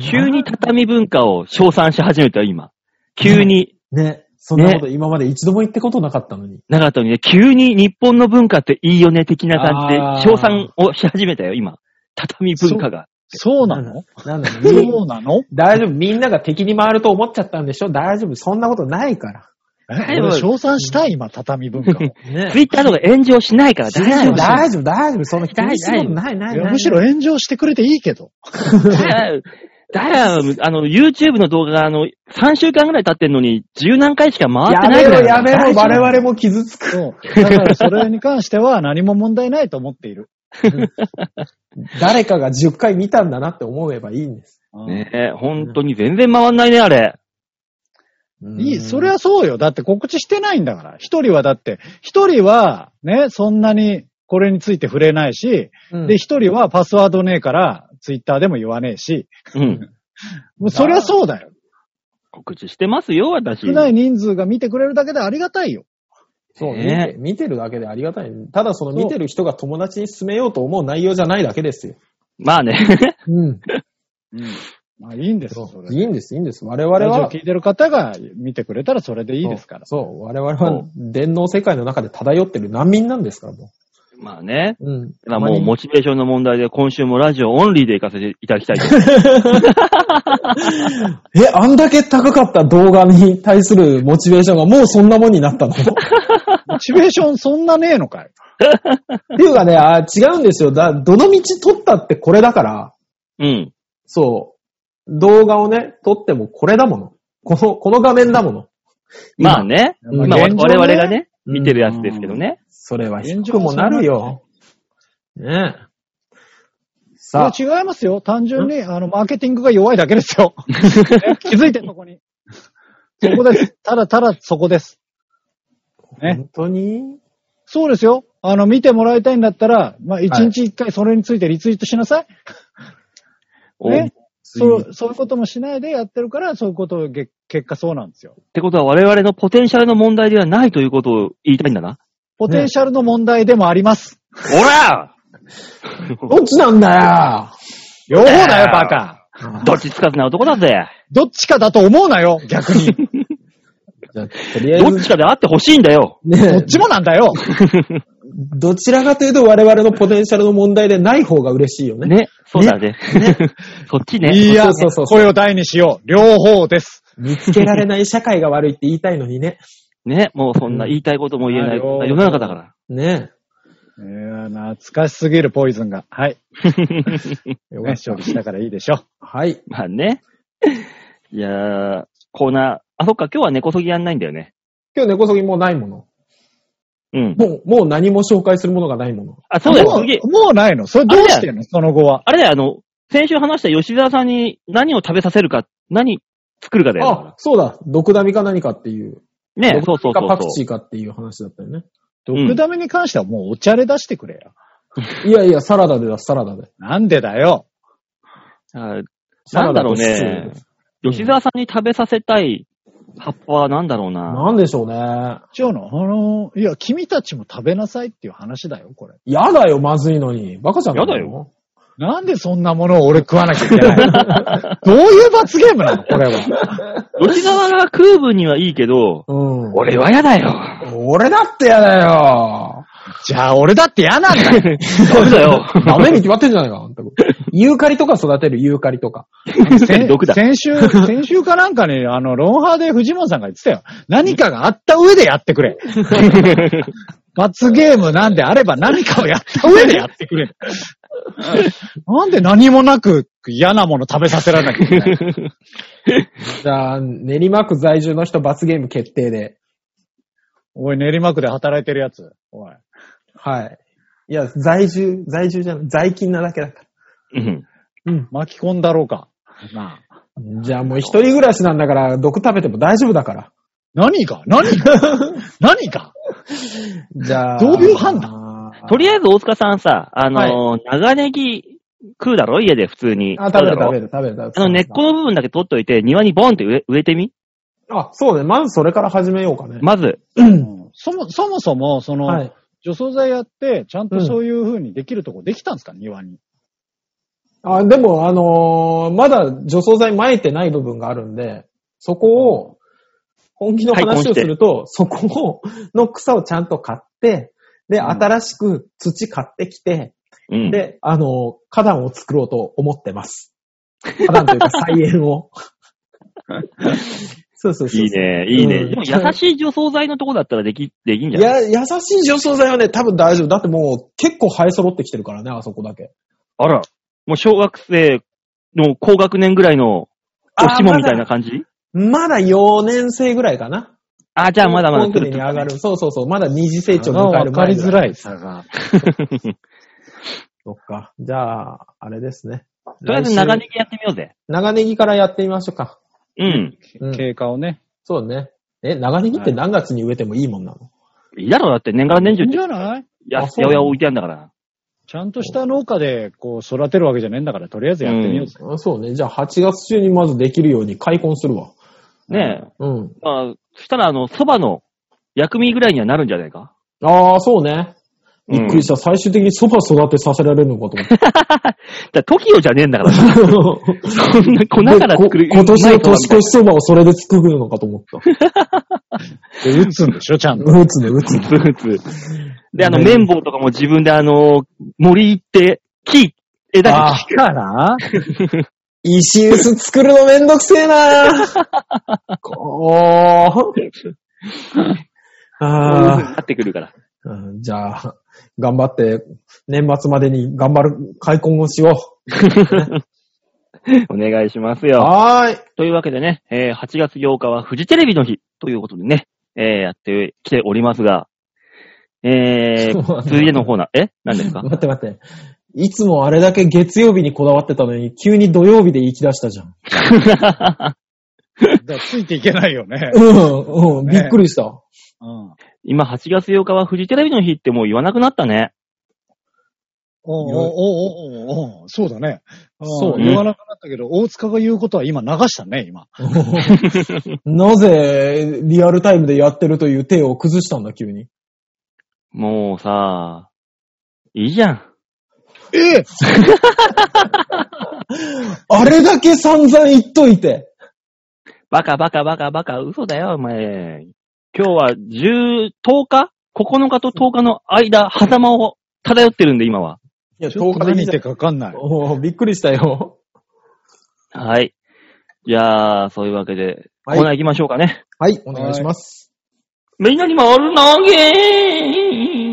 B: 急に畳文化を称賛し始めたよ、今。急に、
C: ね、そんなこと今まで一度も言ったことなかったのに。
B: 長田にね、急に日本の文化っていいよね、的な
C: あ
B: 感
C: ー
B: じで、称賛をし始めたよ、今。畳文化が。
D: そうなの
C: なんだろ
B: <laughs>
C: う
D: そうなの
C: 大丈夫、みんなが敵に回ると思っちゃったんでしょ大丈夫、そんなことないから。
D: え、俺称賛した <laughs> い今、畳文化を。
C: ね
B: ツイッターとか炎上しないから大丈夫。
C: 大丈夫、大丈夫、その気にすることない、ないい、な
D: や
C: い。
D: むしろ炎上してくれていいけど。
B: だから、
C: <laughs>
B: あの、YouTube の動画が、あの、3週間ぐらい経ってんのに、十何回しか回って
C: や
B: ない
C: め
B: ぐら
C: ろ、
B: いだ
C: や
B: から
C: めろ、
B: 大丈夫
C: 我々も傷つく。
D: <laughs> そう。だからそれに関しては何も問題ないと思っている。
C: 誰かが10回見たんだなって思えばいいんです。
D: うん
B: ねえ、本当に全然回んないね、あれ。
D: いい、そり
C: は
D: ゃそうよ。だって告知してないんだから。一人はだって、一人は、ね、そんなにこれについて触れないし、で、一人はパスワードねえから、ツイッターでも言わねえし、
B: うん。
D: もうそりゃそうだよ。
B: 告知してますよ、私。
D: 少ない人数が見てくれるだけでありがたいよ。
C: そう、見
B: ね
C: て見てるだけでありがたい。ただその見てる人が友達に勧めようと思う内容じゃないだけですよ。
B: まあね。 <laughs>
C: うん。
D: うん。まあいいんですよ、
C: そ
D: それ
C: う。いいんです、いいんです。我々
D: ラジオ
C: は。
D: 聞いてる方が見てくれたらそれでいいですから。
C: そう。そう我々
B: そ
C: は電脳世界の中で漂ってる難民なんですから、も
B: まあね。
C: う。うん。
B: まあもうモチベーションの問題で今週もラジオオンリーで行かせていただきたい <laughs> と。
C: え、あんだけ高かった動画に対するモチベーションがもうそんなもんになっ
B: <laughs>
C: たのっ
D: モチベーションそんなねえのかい。
C: ていうかね、あ違うんですよ。だ、どの道撮ったってこれだから、
B: うん。
C: そう。動画をね、撮ってもこれだもの。この、この画面だもの。今
B: まあね。
C: うん
B: まあ我
D: 現状
B: 々が。ね、
C: うん
B: 見てるやつですけどね。
C: それは低
D: 現
C: く
D: 状
C: もなるよ。ねえ。
D: いや
C: さあ、
D: 違いますよ。単純に、あの、マーケティングが弱いだけで
B: <laughs>
D: すよ。ね気づいてそこに。そこです。ただただそこです。ね
C: 本当に
D: そうですよ。あの、見てもらいたいんだったら、まあ、一日一回それについてリツイートしなさい。
B: お
D: ね
B: っ
D: そう、そういうこともしないでやってるから、そういうことをげ、結果そうなんですよ。
B: てことは我々のポテンシャルの問題ではないということを言いたいんだな。
D: ポテンシャルの問題でもあります。
B: おら
C: どっちなんだ
D: 両方だよ、バカ。
C: よ
B: どっちつかずな男だぜ。
D: どっちかだと思うなよ、逆
B: <laughs>
D: に。
C: じゃあとりあえ
B: どっ
C: ず、
B: ちかであってほしいんだよ。
D: ど
C: ね
D: っちもなんだよ。
C: どちらかというと我々のポテンシャルの問題でない方が嬉しいよね。
B: ね。そうだね。 <laughs> そっちね。
D: い
C: そうそ
D: や、
C: うそうそう
D: 声を大にしよう。両方です。
C: 見つけられない社会が悪いって言いたいのに
B: <laughs>
C: ね。
B: ね。もうそんな言いたいことも言えない、
D: うん
B: 世の中だから。
C: ね
D: いや、懐かしすぎるポイズンが。はい。
C: え。よか
D: ね
C: っ、
D: 処理したからいいでしょ。
C: た。はい。
B: まあね。いやー、コーナー。あ、そっか、今日は根こそぎやんないんだよね。
C: 今日根こそぎもうないもの。
B: うん。
C: もう、もう何も紹介するものがないもの。
B: あ、そうだよ、
D: も
B: 次。
D: うもうないのそれどうしてんのその後は。
B: あれだよ、あの、先週話した吉沢さんに何を食べさせるか、何作るかだ
C: あ
B: よ。、
C: そうだ。毒ダミか何かっていう。
B: ね。そう
C: 毒
B: そう
C: ダ
B: そ
C: ミか
B: う
C: パク
B: そ
C: チーかっていう話だったよね。
B: ん
D: 毒ダメに関してはもうお茶れ出してくれよ。
C: いやいや、サラダでだ、サラダで。
D: なんでだよ。
B: う。あ
C: サラダとシチュー
B: なんだろうね吉沢さんに食べさせたい葉っぱは何だろうな。
C: なんでしょうね。
D: 違うのあの、いや、君たちも食べなさいっていう話だよ、これ。
C: やだよ、まずいのに。バカじゃん。
B: やだよ。
D: なんでそんなものを俺食わなきゃいけない
B: <laughs>
D: のどういう罰ゲームなのこれは。
B: 吉沢が食う分にはいいけど、
C: うん。
B: 俺は嫌だよ。
C: 俺だってや
B: <laughs>
C: だよ。
D: じゃあ俺だって嫌なんだよ。
B: そうだよ。
C: ダメに決まってんじゃないか、あんたユーカリとか育てる、ユーカリとか。
B: <laughs>
D: 先
B: 毒だ
D: 先週、先週かなんかに、あの、ロンハーで藤本さんが言ってたよ。何かがあった上でやってくれ。罰ゲームなんであれば何かをやった上でやってくれ。なんで何もなく嫌なもの食べさせられなきゃいけないの
C: じゃあ、練馬区在住の人罰ゲーム決定で。
D: おい、練馬区で働いてるやつ。おい。
C: はい。いや、在住、在住じゃない。在勤なだけだか
B: うん
C: ら。うん。
D: 巻き込んだろうか。なあ。
C: じゃあもう一人暮らしなんだから、毒食べても大丈夫だから。
D: 何が何が何が
C: じゃあ。
D: どういう判
C: 断
B: とりあえず大塚さんさ、あのー、長ネギ食うだろ家で普通に。
C: あ、食べる
B: そうだろ
C: 食べる食べる食べる。
B: あの根っこの部分だけ取っといて、庭にボンって植え植えてみ
C: あ、そうね。まずそれから始めようかね。
B: まず。
D: うんそも、そもそも、その、
C: はい。
D: 除草剤やって、ちゃん
C: う
D: と
C: ん
D: そういう風にできるとこできたんですか、庭に。
C: あ、でも、あのーまだ除草剤撒いてない部分があるんで、そこを、本気の話をすると、そこを、の草をちゃんと買って、で、
D: ん
C: 新しく土買ってきて、
B: うん。
C: で、あのー花壇を作ろうと思ってます。花壇というか菜園を。そうそうそうそう。
B: いいね、いいね。
C: うん
B: でも優しい除草剤のとこだったらでき、できんじ
C: い
B: ゃない
C: や、優しい除草剤はね、多分大丈夫。だってもう結構生え揃ってきてるからね、あそこだけ。
B: あら。もう小学生の高学年ぐらいのおしもみたいな感じ
C: まだ4年生ぐらいかな。
B: あじゃあまだまだ
C: コンクリに
B: <laughs>
C: 上がる。そうそうそう。まだ二次成長を迎える前ぐらい。
D: わかりづらい差が。
C: そっか。じゃあ、あれですね。
B: とりあえず長ネギやってみようぜ。
C: 長ネギからやってみましょうか。
B: うん。
C: うん
D: 経過をね。
C: そうだね。え、長ネギって何月に植えてもいいもんなの、
B: いいだろ、だって年がら年中
D: いい
B: っ
D: ん
B: て
D: じ、ゃない
B: や、
C: あ
B: や
C: そうなの
B: や置いてあるんだから。
D: ちゃんとした農家で、こう、育てるわけじゃねえんだから、とりあえずやってみようぜ。
C: あそうね。じゃあ8月中にまずできるように開墾するわ。
B: ねえ。
C: うん。
B: まあ、そしたら、あの、蕎麦の薬味ぐらいにはなるんじゃないか
C: ああ、そうね。
B: うん
C: びっくりした。最終的にソファ育てさせられるのかと思って。
B: だから、TOKIO じゃねえんだ
C: <laughs>
B: から。 <laughs> そんな粉から作る。
C: でこ今年
B: うまい蕎麦みた
C: の
B: いな
C: 年越しそばをそれで作るのかと思
B: <laughs>
C: った。
D: で、打つんでしょ、ちゃんと。
C: 打つね、打つね。
B: 普通、普通。で、あの、
C: ね
B: 綿棒とかも自分であの、森行って、木、枝に
D: あ、から
C: 石臼作るのめんどくせえ
B: <laughs>
C: なーこう。
B: そういう
C: あ
B: 風
C: ー
B: になってくるから。
C: うんじゃあ、頑張って、年末までに頑張る開墾をしよ
B: お願いします
C: う。
B: よ。
C: はーい。
B: というわけでね、えー8月8日はフジテレビの日ということでね、えーやってきておりますが、えー、続いてのコーナー、え何です
C: <laughs>
B: か
C: 待って待って。いつもあれだけ月曜日にこだわってたのに、急に土曜日で行き出したじゃん。
D: だからついていけないよね
C: う。ん、うん、び
D: ね
C: っくりした。
D: うん。
B: 今8月8日はフジテレビの日ってもう言わなくなったね。
D: おうおうおうおうおうおうそうだね。ん
C: そう
B: ね
D: 言わなくなったけど、大塚が言うことは今流したね、今。
C: なぜ、リアルタイムでやってるという手を崩したんだ、急に。
B: もうさ、いいじゃん。
D: ええ
C: あれだけ散々言っといて。
B: バカバカバカバカ、嘘だよ、お前。今日は10、10日 ?9 日と10日の間、狭間を漂ってるんで、今は。
C: いや、
D: ちょっ
C: 10
D: と
C: 日でい
D: 何
C: い
D: 言っ
C: じゃ
D: て
C: ん
D: かわかんない。
C: おーびっくりしたよ。
B: はい。じゃあ、そういうわけで、
C: はい
B: コーナー行きましょうかね。
C: はい、お願いします。
B: みんなに回る投げ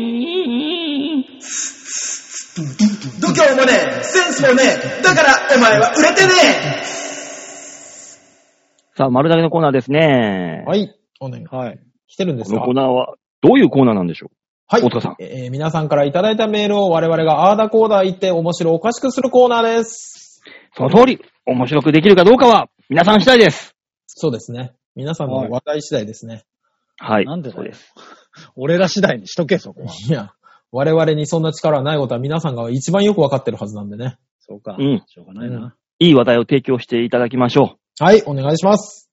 A: 度胸もねえ、センスもねえ、だからお前は売れてねえ
B: さあ、丸投げのコーナーですね。
C: はい、お願い。
D: はい。
C: 来てるんです
B: この
C: か
B: コーナーは、どういうコーナーなんでしょ
C: はい。
B: 大塚さん
C: えー皆さんからいただいたメールを我々があーだこーだ言って面白おかしくするコーナーです。
B: うその通り、面白くできるかどうかは、皆さん次第です。
C: そうですね。皆さんの話題次第ですね。
B: はい。
D: なんでだ
B: そ
D: よ
B: うです。
D: 俺ら次第にしとけ、そこは。
C: いや、我々にそんな力はないことは皆さんが一番よくわかってるはずなんでね。
D: そうか。
B: うん
D: しょうがないな。
B: いい話題を提供していただきましょう。
C: はい、お願いします。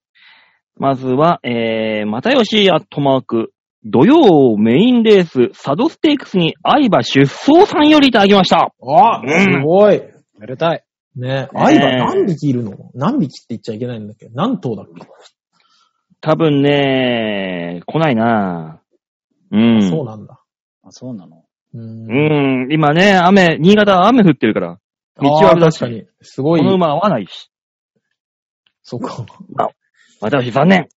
B: まずは、えー、またよしアットマーク、土曜メインレース、サドステークスに相葉出走さんよりいただきました。
C: あ
B: うん
C: すごい。
D: めでたい。
C: ねえ、アイバ何匹いるの何匹って言っちゃいけないんだっけ何頭だっけ、
B: 多分ね、来ないなうん。
C: そうなんだ。
D: あ、そうなの。
C: うーん。
B: うん、今ね、雨、新潟は雨降ってるから、道は
C: あ
B: あ
C: ー
B: るらし
C: 確
B: い
C: かに。すご
B: こ
C: い。
B: の馬は合わないし。
C: そうか。
B: またよし残念。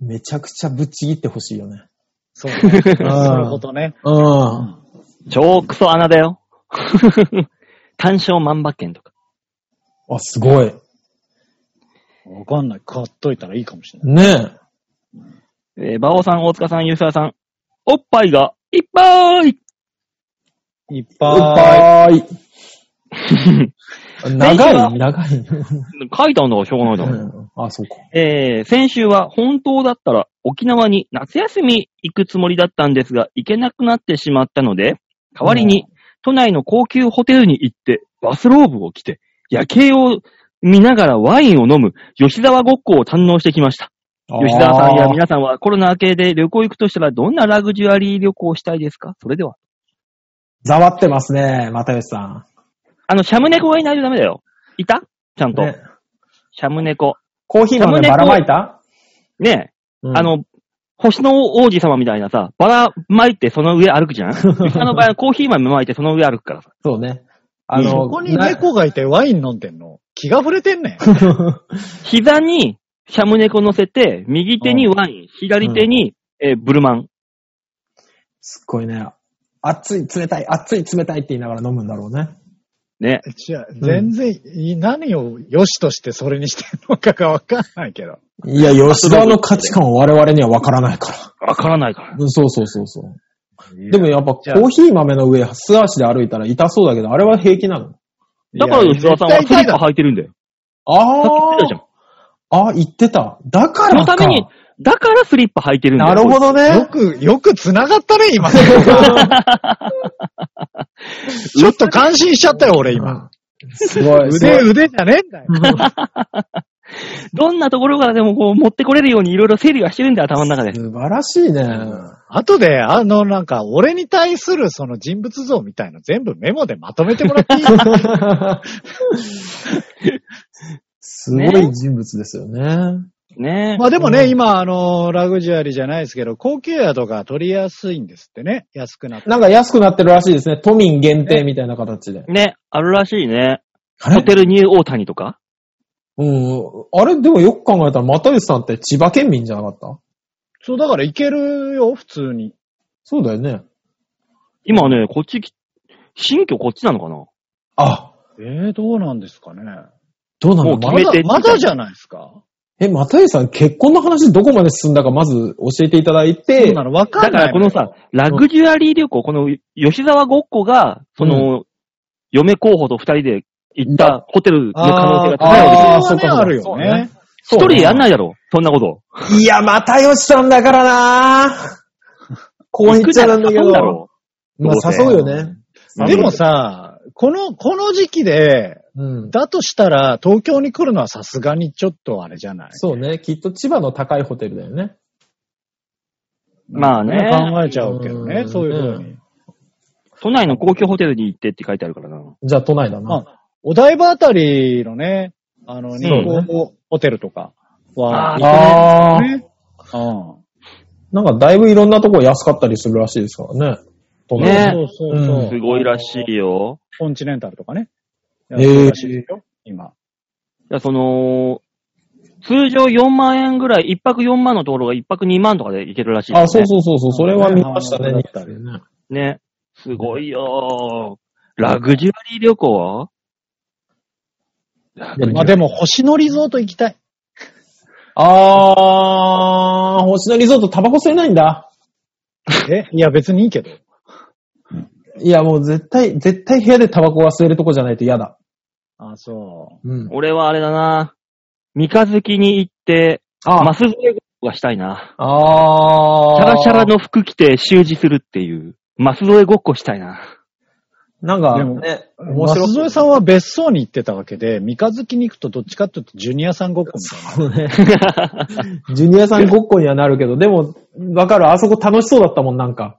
C: めちゃくちゃぶっちぎってほしいよね。
D: そうね。なるほどね。
C: うん。
B: 超クソ穴だ
D: <laughs>
B: よ。単勝万馬券とか。
C: あ、すごい。
D: わかんない。買っといたらいいかもしれない。
C: ねえ。
B: えー、馬王さん、大塚さん、ゆうさやさん、おっぱいがいっぱい <laughs>
D: いっ
C: お
D: ぱ
C: っ
D: い。
C: ぱーい。長い長い。
B: 書いたんだからしょうがないだろ。
C: うんあ、そうか。
B: えー、先週は本当だったら沖縄に夏休み行くつもりだったんですが、行けなくなってしまったので、代わりに都内の高級ホテルに行ってバスローブを着て、夜景を見ながらワインを飲む吉沢ごっこを堪能してきました。吉沢さんや皆さんはコロナ明けで旅行行くとしたらどんなラグジュアリー旅行をしたいですかそれでは。
C: ざわってますね、又吉さ
B: あの、シャムネコがいないとダメだよ。いたちゃん
C: ん。
B: と。
C: ね、
B: シャムネコ。
C: コーヒー豆ばらまいた、
B: ねえ。
C: うん
B: あ、の、星の王子様みたいなさ、バラ巻いてその上歩く
C: <laughs>
B: じゃんあの場合はコーヒー豆巻いてその上歩くからさ。
C: そうね。あの、
D: そこに
C: な
D: 猫がいてワイン飲んでんの気が触れてん
C: <laughs>
D: ねん。
B: 膝にシャムネコ乗せて、右手にワイン、左手に、えーブルマン。
C: すっごいね。熱い、冷たい、熱い、冷たいって言いながら飲むんだろうね。
B: ね。
D: 違う、全然いい、何を良しとしてそれにしてるのかがわかんないけど。
C: いや、吉沢の価値観は我々には分からないか
B: わからないから
C: ら。。うんそうそうそうそう。でもやっぱコーヒー豆の上、素足で歩いたら痛そうだけど、あれは平気なの。
B: だから吉沢さんはスリッパ履いてるんだよ。
C: あ
B: さっき言ってたじゃん。
C: ーあ、言ってた。だから
B: そ
C: か。
B: のために、だからスリッパ履いてるんだ
C: なるほど
D: よ
C: ね。
D: く、よく繋がったね、今。ちょっと感心しちゃったよ、俺今。
C: すごい。
D: 腕、腕じゃねえんだよ。
B: どんなところからでもこう持ってこれるようにいろいろ整理はしてるんだよ、頭の中で。
C: 素晴らしいね。
D: 後で、あの、なんか、俺に対するその人物像みたいの全部メモでまとめてもら
C: <laughs>
D: っていい
C: すごい人物ですよね。
B: ね
D: まあでもね、今、あの、ラグジュアリーじゃないですけど、高級宿が取りやすいんですってね。安くなって。
C: なんか安くなってるらしいですね。都民限定みたいな形で。
B: ね、あるらしいね。
C: あ
B: ホ
C: れ
B: テルニューオータニとか
C: うん。あれ、でもよく考えたら、又吉さんって千葉県民じゃなかった
D: そう、だから行けるよ、普通に。
C: そうだよね。
B: 今ね、こっちき、新居こっちなのかな
C: あ、
D: えー、どうなんですかね。
C: どうな
B: も
C: の
B: う
C: ま
B: 決
D: ま
B: め
C: だ
B: て
D: だ、まだじゃないですか。
C: え、又吉さん、結婚の話どこまで進んだかまず教えていただい
D: そ
C: て
D: うな、の、わか
B: だ
D: ん
B: か
D: ない。
B: らこのさ、、ラグジュアリー旅行、この吉沢ごっこが、その、嫁候補と二人で行ったホテルの可能性が高いわけ
C: あー
D: ああ、そ
C: そうう
D: ね、
C: か
D: ある
C: そ
D: よ
C: うね
D: ね。
B: 一人でやんないだろう、そんなこと。
C: いや、又吉さんだからなこう言っちゃなんだけ
B: 行くなら誘うだ
C: ど。
B: ろ
C: まあ、誘うよね。
B: う。
D: でもさ、この、この時期で、
C: うん。
D: だとしたら、東京に来るのはさすがにちょっとあれじゃない
C: そうね。きっと千葉の高いホテルだよね。
B: まあね
D: 考えちゃうけどね
C: う、ん
D: そういうふうに。
B: 都内の公共ホテルに行ってって書いてあるからな。
C: じゃあ、都内だな。
D: お台場あたりのね、あの、日
C: そうね
D: 光ホテルとかは、
B: あ
C: あー
D: ね。うん。
C: なんかだいぶいろんなとこ安かったりするらしいですからね。都内
B: ね
D: そうそうそう。
C: うん
B: すごいらしいよ。
D: コンチネンタルとかね。
C: えー
D: やってるらしいですよ今。
B: いや、その、通常4万円ぐらい、一泊4万のところが一泊2万とかで行けるらしい、ね。
C: あ、そうそうそうそう、それは見ましたね、
D: ね
C: ニュースでね
B: う。ね。すごいよー。ラグジュアリー旅行はラグジュアリー
D: まあでも、星野リゾート行き
C: <laughs>
D: たい。
C: あー、星野リゾートタバコ吸えないんだ。
D: えいや、別にいいけど。
C: いや、もう絶対、絶対部屋でタバコは吸えるとこじゃないと嫌だ。
D: あ、そう。
C: うん。
B: 俺はあれだな。三日月に行って、
C: あ
B: マスズレごっこがしたいな。シ
C: あー。
B: ャラシャラの服着て習字するっていう、マスゾエごっこしたいな。 <laughs>
C: なん
D: で
C: か
D: も
C: ね、面白
D: 舛
C: い
D: 添さんは別荘に行ってたわけで、三日月に行くとどっちかっていうとジュニアさんごっこみたいな。
C: そうね。 <laughs> ジュニアさんごっこにはなるけど、でも、わかる、あそこ楽しそうだったもん、なんか。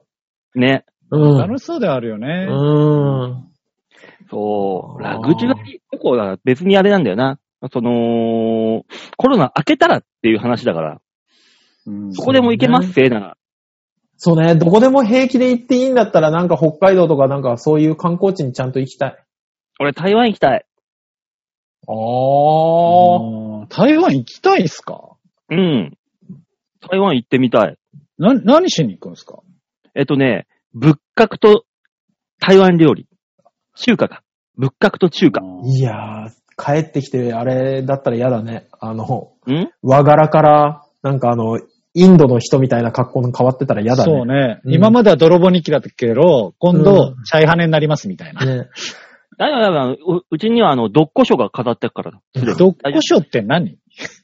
B: ね。
C: うん。
D: 楽しそうではあるよね。
C: うん。
B: そう。
C: あ
B: ラ
C: ー
B: グジュアリー旅行だから別にあれなんだよな。その、コロナ明けたらっていう話だから、
D: うん
B: どこでも行けますせいなら。
C: そうね、どこでも平気で行っていいんだったら、なんか北海道とかなんかそういう観光地にちゃんと行きたい。
B: 俺台湾行きたい。
C: あー。
D: あー台湾行きたいっすか
B: うん。台湾行ってみたい。
D: な、何しに行くんすか
B: えっとね、仏閣と台湾料理。中華か。仏閣と中華。
C: いやー、帰ってきて、あれだったら嫌だね。あの、
B: ん
C: 和柄から、なんかあの、インドの人みたいな格好の変わってたら嫌だね。
D: そうね。
C: うん
D: 今までは泥棒日記だったけど、今度
C: う、
D: チャイハネになりますみたいな。
C: ね。
B: だよだよ、ううちにはあの、どっこしょが飾ってっから。
D: どっこしょって何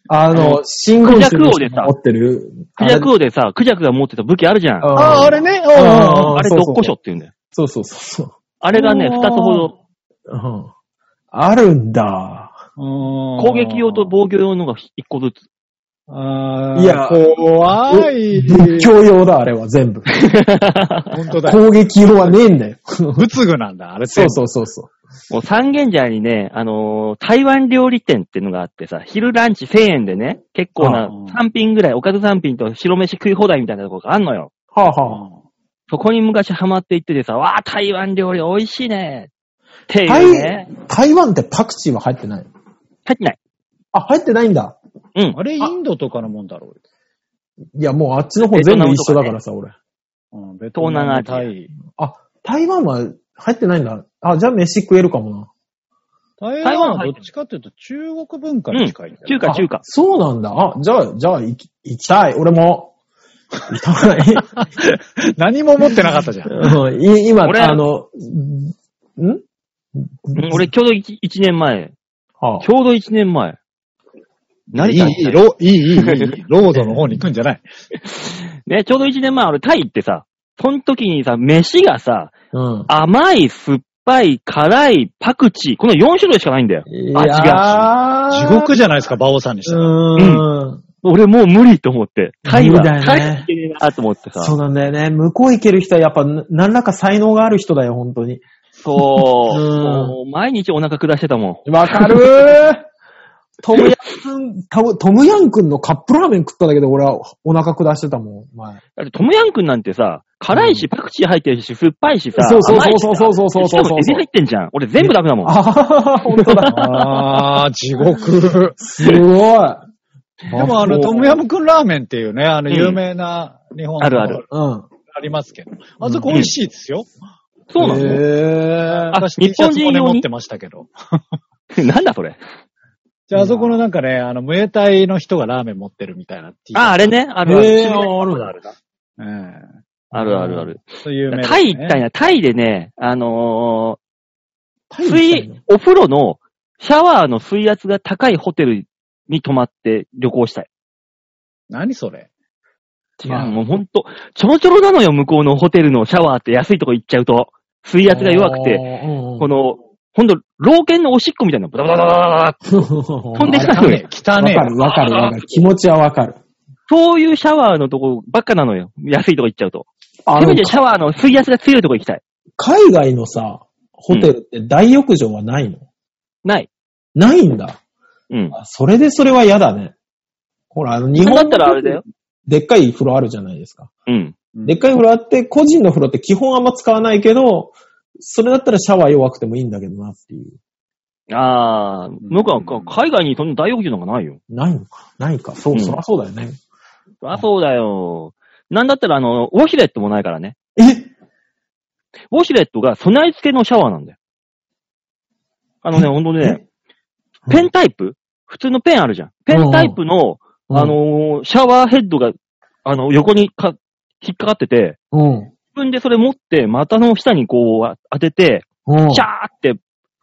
C: あ
B: あ
C: の
B: の、
C: 信号
B: クジ
C: 種
B: ャク
C: の
B: 王
C: 人
B: でさ
C: が持ってる。
B: クジャク王でさ、クジャクが持ってた武器あるじゃん。あ
D: ああ、あれ
C: ね。
D: ね。
C: あー
B: れ、
C: そ
B: どっ
C: うそうそう
B: こしょって言うんだよ。
C: そうそうそうそう。
B: あれがね、
D: おー
B: 二つほど、
C: うんあるんだ。
D: 攻
B: 攻撃用と防御用のが一個ずつ。
D: あー
C: いや
D: 怖い。
C: 仏教用だ、あれは
B: <laughs>
C: 全部。
D: 本当だよ。
C: 攻撃用はねえんだよ。
D: 仏具なんだ、あれって。
C: そうそうそうそ
B: もう三軒茶屋にね、あのー台湾料理店っていうのがあってさ、昼ランチ1000円でね、結構な
D: あー
B: 3品ぐらい、おかず3品と白飯食い放題みたいなところがあんのよ。
C: う。はあ
D: う
C: はあ。
D: ん
B: そこに昔ハマって行っててさ、わあ、台湾料理美味しいね。っていうね。
C: 台台湾ってパクチーは入ってない。
B: 入ってない。
C: あ、入ってないんだ。
B: うん。
D: あれ、インドとかのもんだろうよ。
C: いや、もうあっちの方全部一緒だからさ、俺。
D: うん、ベ
B: トナム
D: タイ。
C: 台湾は入ってないんだ。あ、じゃあ飯食えるかも
D: 台湾はどっちかっていうと中国文化に近いんだよね、
B: 中華
C: な。
B: 中華
C: あ。そうなんだ。あ、じゃあ、じゃあ行き行きたい。俺も。行きたい。
D: 何も持ってなかったじゃん。
C: うんい <laughs> 今、
B: 俺
C: あの、ん
B: うん俺、ちょうど 1, 年前。
C: はあ
B: ちょうど1年前。成
D: い
B: 田
D: い、いい、ロいい、いい、いい、ロードの方に行くんじゃない。
B: ね、ちょうど1年前、あれ、タイってさ、その時にさ、飯がさ、
C: うん。
B: 甘い、酸っぱい、辛い、パクチー、この4種類しかないんだよ。
C: い
B: あ違う
C: や
D: <laughs> 地
C: ー
D: 獄じゃないですか、馬王さんにしたら。
C: うーん。
B: 俺もう無理と思って。タイは、
C: 無理だよね
B: タイはいけねえなと思ってさ。
C: そうなんだよね。向こう行ける人はやっぱ、な何らか才能がある人だよ、本当に。
B: そう。
C: うん
B: もう毎日お腹下してたもん。
C: わかるー <laughs> トムヤン君、トムヤン君のカップラーメン食っただけで俺はお腹下してたもん、前。
B: だってトムヤンくんなんてさ、辛いし、パクチー入ってるし、酸っぱいしさ。
C: そうそう
B: 甘いしさ
C: そうそうそうそうそうそう
B: しかもエビ入ってんじゃん。俺全部ダメだもん。
C: あはは、本
B: <laughs>
C: 当だ。
D: ああ、地 <laughs> 獄。
C: すごい。
D: でもあの、トムヤムクンラーメンっていうね、あの、
B: うん
D: 有名な日本の
B: あるある。
C: うん。
D: ありますけど。あそこ美味しいですよ。
B: そうなの、
C: へ
B: あ
D: 私、
B: 日本人用に
D: T シャツもね持ってましたけど。
B: なんだそれ。
D: じゃあ、あそこのなんかね、あの、ムエタイの人がラーメン持ってるみたいな T シ
B: あ、
D: ャツ。
B: あれね。あ
C: ぇー。
B: るある。
C: えー、あるんだ。
D: あ、うん。
B: あるあるある。
D: そういう名
B: タイ行ったん
D: や。
B: や。タイでね、あの
C: タ
B: ー、
C: イみたいな
B: 水、お風呂の、シャワーの水圧が高いホテルに泊まって旅行したい。
D: 何それ
B: 違う、もうほんと、ちょろちょろなのよ、向こうのホテルのシャワーって安いとこ行っちゃうと。水圧が弱くて、
C: あー、うんうん
B: この、ほんと、老犬のおしっこみたいな、ブダブダブダブダブダ飛んできた
D: 汚ねえ汚ね
C: わかる、わかる、わかる。気持ちはわかる。
B: そういうシャワーのとこばっかなのよ。安いとこ行っちゃうと。
C: あ
B: せ
C: の
B: めて、シャワーの水圧が強いとこ行きたい。
C: 海外のさ、ホテルって大浴場はないの、
B: ない。
C: ないんだ。
B: うん。
C: あそれでそれは嫌だね。ほら、あの、日
B: それ
C: 本
B: だったらあれだよ。
C: でっかい風呂あるじゃないですか。
B: うん。
D: うん
C: でっかい風呂あって、個人の風呂って基本あんま使わないけど、それだったらシャワー弱くてもいいんだけどなっていう。
B: あー、
D: ん
B: なんか、か海外にそんな大浴場なんかないよ。
C: ないのかないか。そう、
B: うん
C: そらそうだよね。
B: あ、そうだよ。なんだったら、あの、ウォシュレットもないからね。
C: え
B: ウォシュレットが備え付けのシャワーなんだよ。あ <laughs> のね、ほんとね、
C: え
B: ペンタイプ普通のペンあるじゃん。ペンタイプの、あ、のーシャワーヘッドが、あの、横にか、引っかかってて、
C: うん。
B: 自分でそれ持って、股の下にこうあ当てて、
C: うん。
B: シャーって、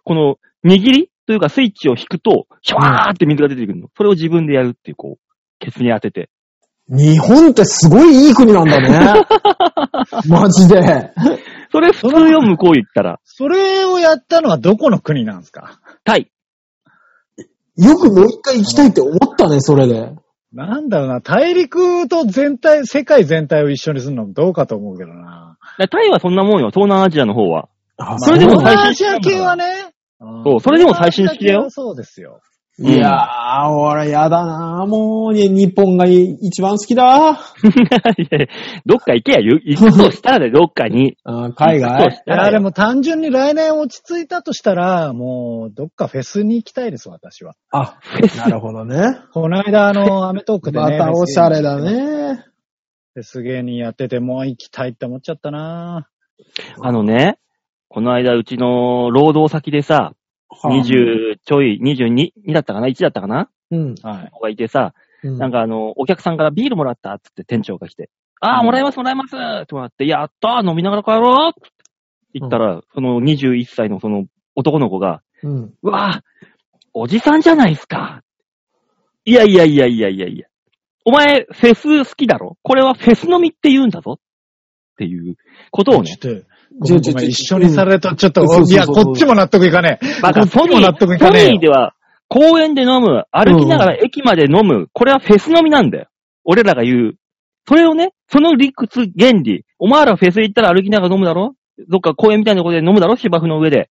B: この、握りというかスイッチを引くと、シャワーって水が出てくるの。それを自分でやるっていう、こう、ケツに当てて。
C: 日本ってすごいいい国なんだ <laughs> ね。マジで。
B: それ普通よ、向こう行ったら。
D: それをやったのはどこの国なんですか
B: タイ。
C: よくもう一回行きたいって思ったね、それで。
D: なんだろうな、大陸と全体、世界全体を一緒にするのもどうかと思うけどな。
B: だからタイはそんなもんよ、東南アジアの方は。 <laughs>
C: あ
B: それでも
D: ま
B: 最
D: あ東南ア
B: 新
D: ジ
B: 式な
D: ア
B: んだ
D: 系はね。
B: そうそれでも最新式だよ
D: 東南アジア系はそうですよ。
B: うん
C: いやー、俺やだなーもう、に日本がい一番好きだ
B: いやいやどっか行
C: <laughs>
B: けや、ゆ行くとしたらで、どっかに。
C: うん海
B: 行くと
C: 外
B: し
D: い
B: たら
D: や、
B: よ
D: でも単純に来年落ち着いたとしたら、もう、どっかフェスに行きたいです、私は。
C: あ、なるほどね。
D: この間、あの、アメトークで
C: ま
D: ね。
C: たおしゃれだ。ね。
D: フェス芸人やってて、もう行きたいって思っちゃったな
B: <laughs> あのね、この間、うちの労働先でさ、20ちょい、22、2だったかな ?1 だったかな
C: うん。
D: はい。
B: 子がいてさ、
C: うん
B: なんかあの、お客さんからビールもらったっつって店長が来て、ああ、もらいます、もらいますってもらって、やったー飲みながら帰ろうって言ったら、その21歳のその男の子が、
C: うん。
B: うわあ、おじさんじゃないですか。いやいやいやいやいやいや。お前、フェス好きだろこれはフェス飲みって言うんだぞっていうことを <laughs> ね、
D: ちょっと、ご
C: ち
D: め
C: ょ
D: ん
C: ち
D: ご
C: ょちょ
D: めん一緒にされると、ちょっと、
C: そうそうそう
D: いや、こっちも納得いかねえ。
B: バカ、ソニ
D: も
B: ー、
D: 納得いか
B: ソ
D: ねえよ
B: ニーでは、公園で飲む、歩きながら駅まで飲む、これはフェス飲みなんだよ。俺らが言う。それをね、その理屈、原理。お前らフェス行ったら歩きながら飲むだろどっか公園みたいなとこで飲むだろ芝生の上で。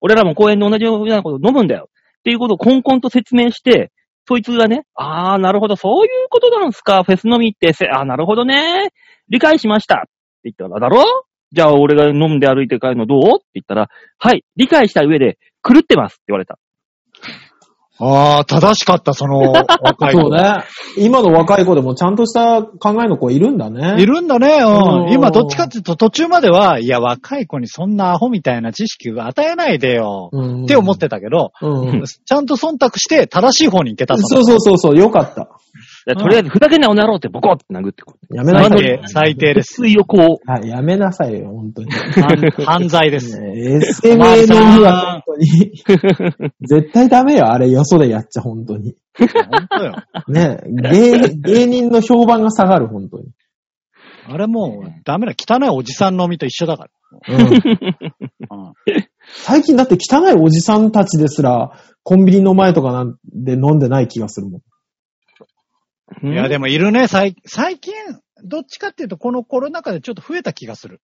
B: 俺らも公園で同じようなこと飲むんだよ。っていうことをコンコンと説明して、そいつがね、あー、なるほど、そういうことなんすか、フェス飲みってせ、あー、なるほどね。理解しました。って言ったら、だろじゃあ俺が飲んで歩いて帰るのどうって言ったら、はい、理解した上で、狂ってますって言われた。
D: ああ、正しかった、そ <laughs> の、若い子
C: そうね。今の若い子でもちゃんとした考えの子いるんだね。
D: いるんだね、
C: う
D: うんん。今、どっちかっていうと、途中までは、いや、若い子にそんなアホみたいな知識を与えないでよ、
C: うん。
D: って思ってたけど、
C: うん。
D: ちゃんと忖度して、正しい方に行けた
C: <laughs> そうそうそうそう、よかった。
B: だからとりあえず、ふざけんな、女郎ってボコって殴ってこう。
C: やめな
D: 最
C: さい
D: 低
C: よ。、
D: 最
B: <laughs>
D: 低です。
B: 水をこう、
C: はい、やめなさいよ、本当に。
D: 犯罪です。
C: ね SMA の日は本当に。絶対ダメよ、あれ、よそでやっちゃ、本当に。
D: 本当よ。
C: ね芸、芸人の評判が下がる、本当に。
D: あれもう、ダメだ。汚いおじさんの身と一緒だから。
C: うん、
D: うん
C: 最近だって汚いおじさんたちですら、コンビニの前とかなんで飲んでない気がするもん。
D: いや、でもいるね。最最近、どっちかっていうと、このコロナ禍でちょっと増えた気がする。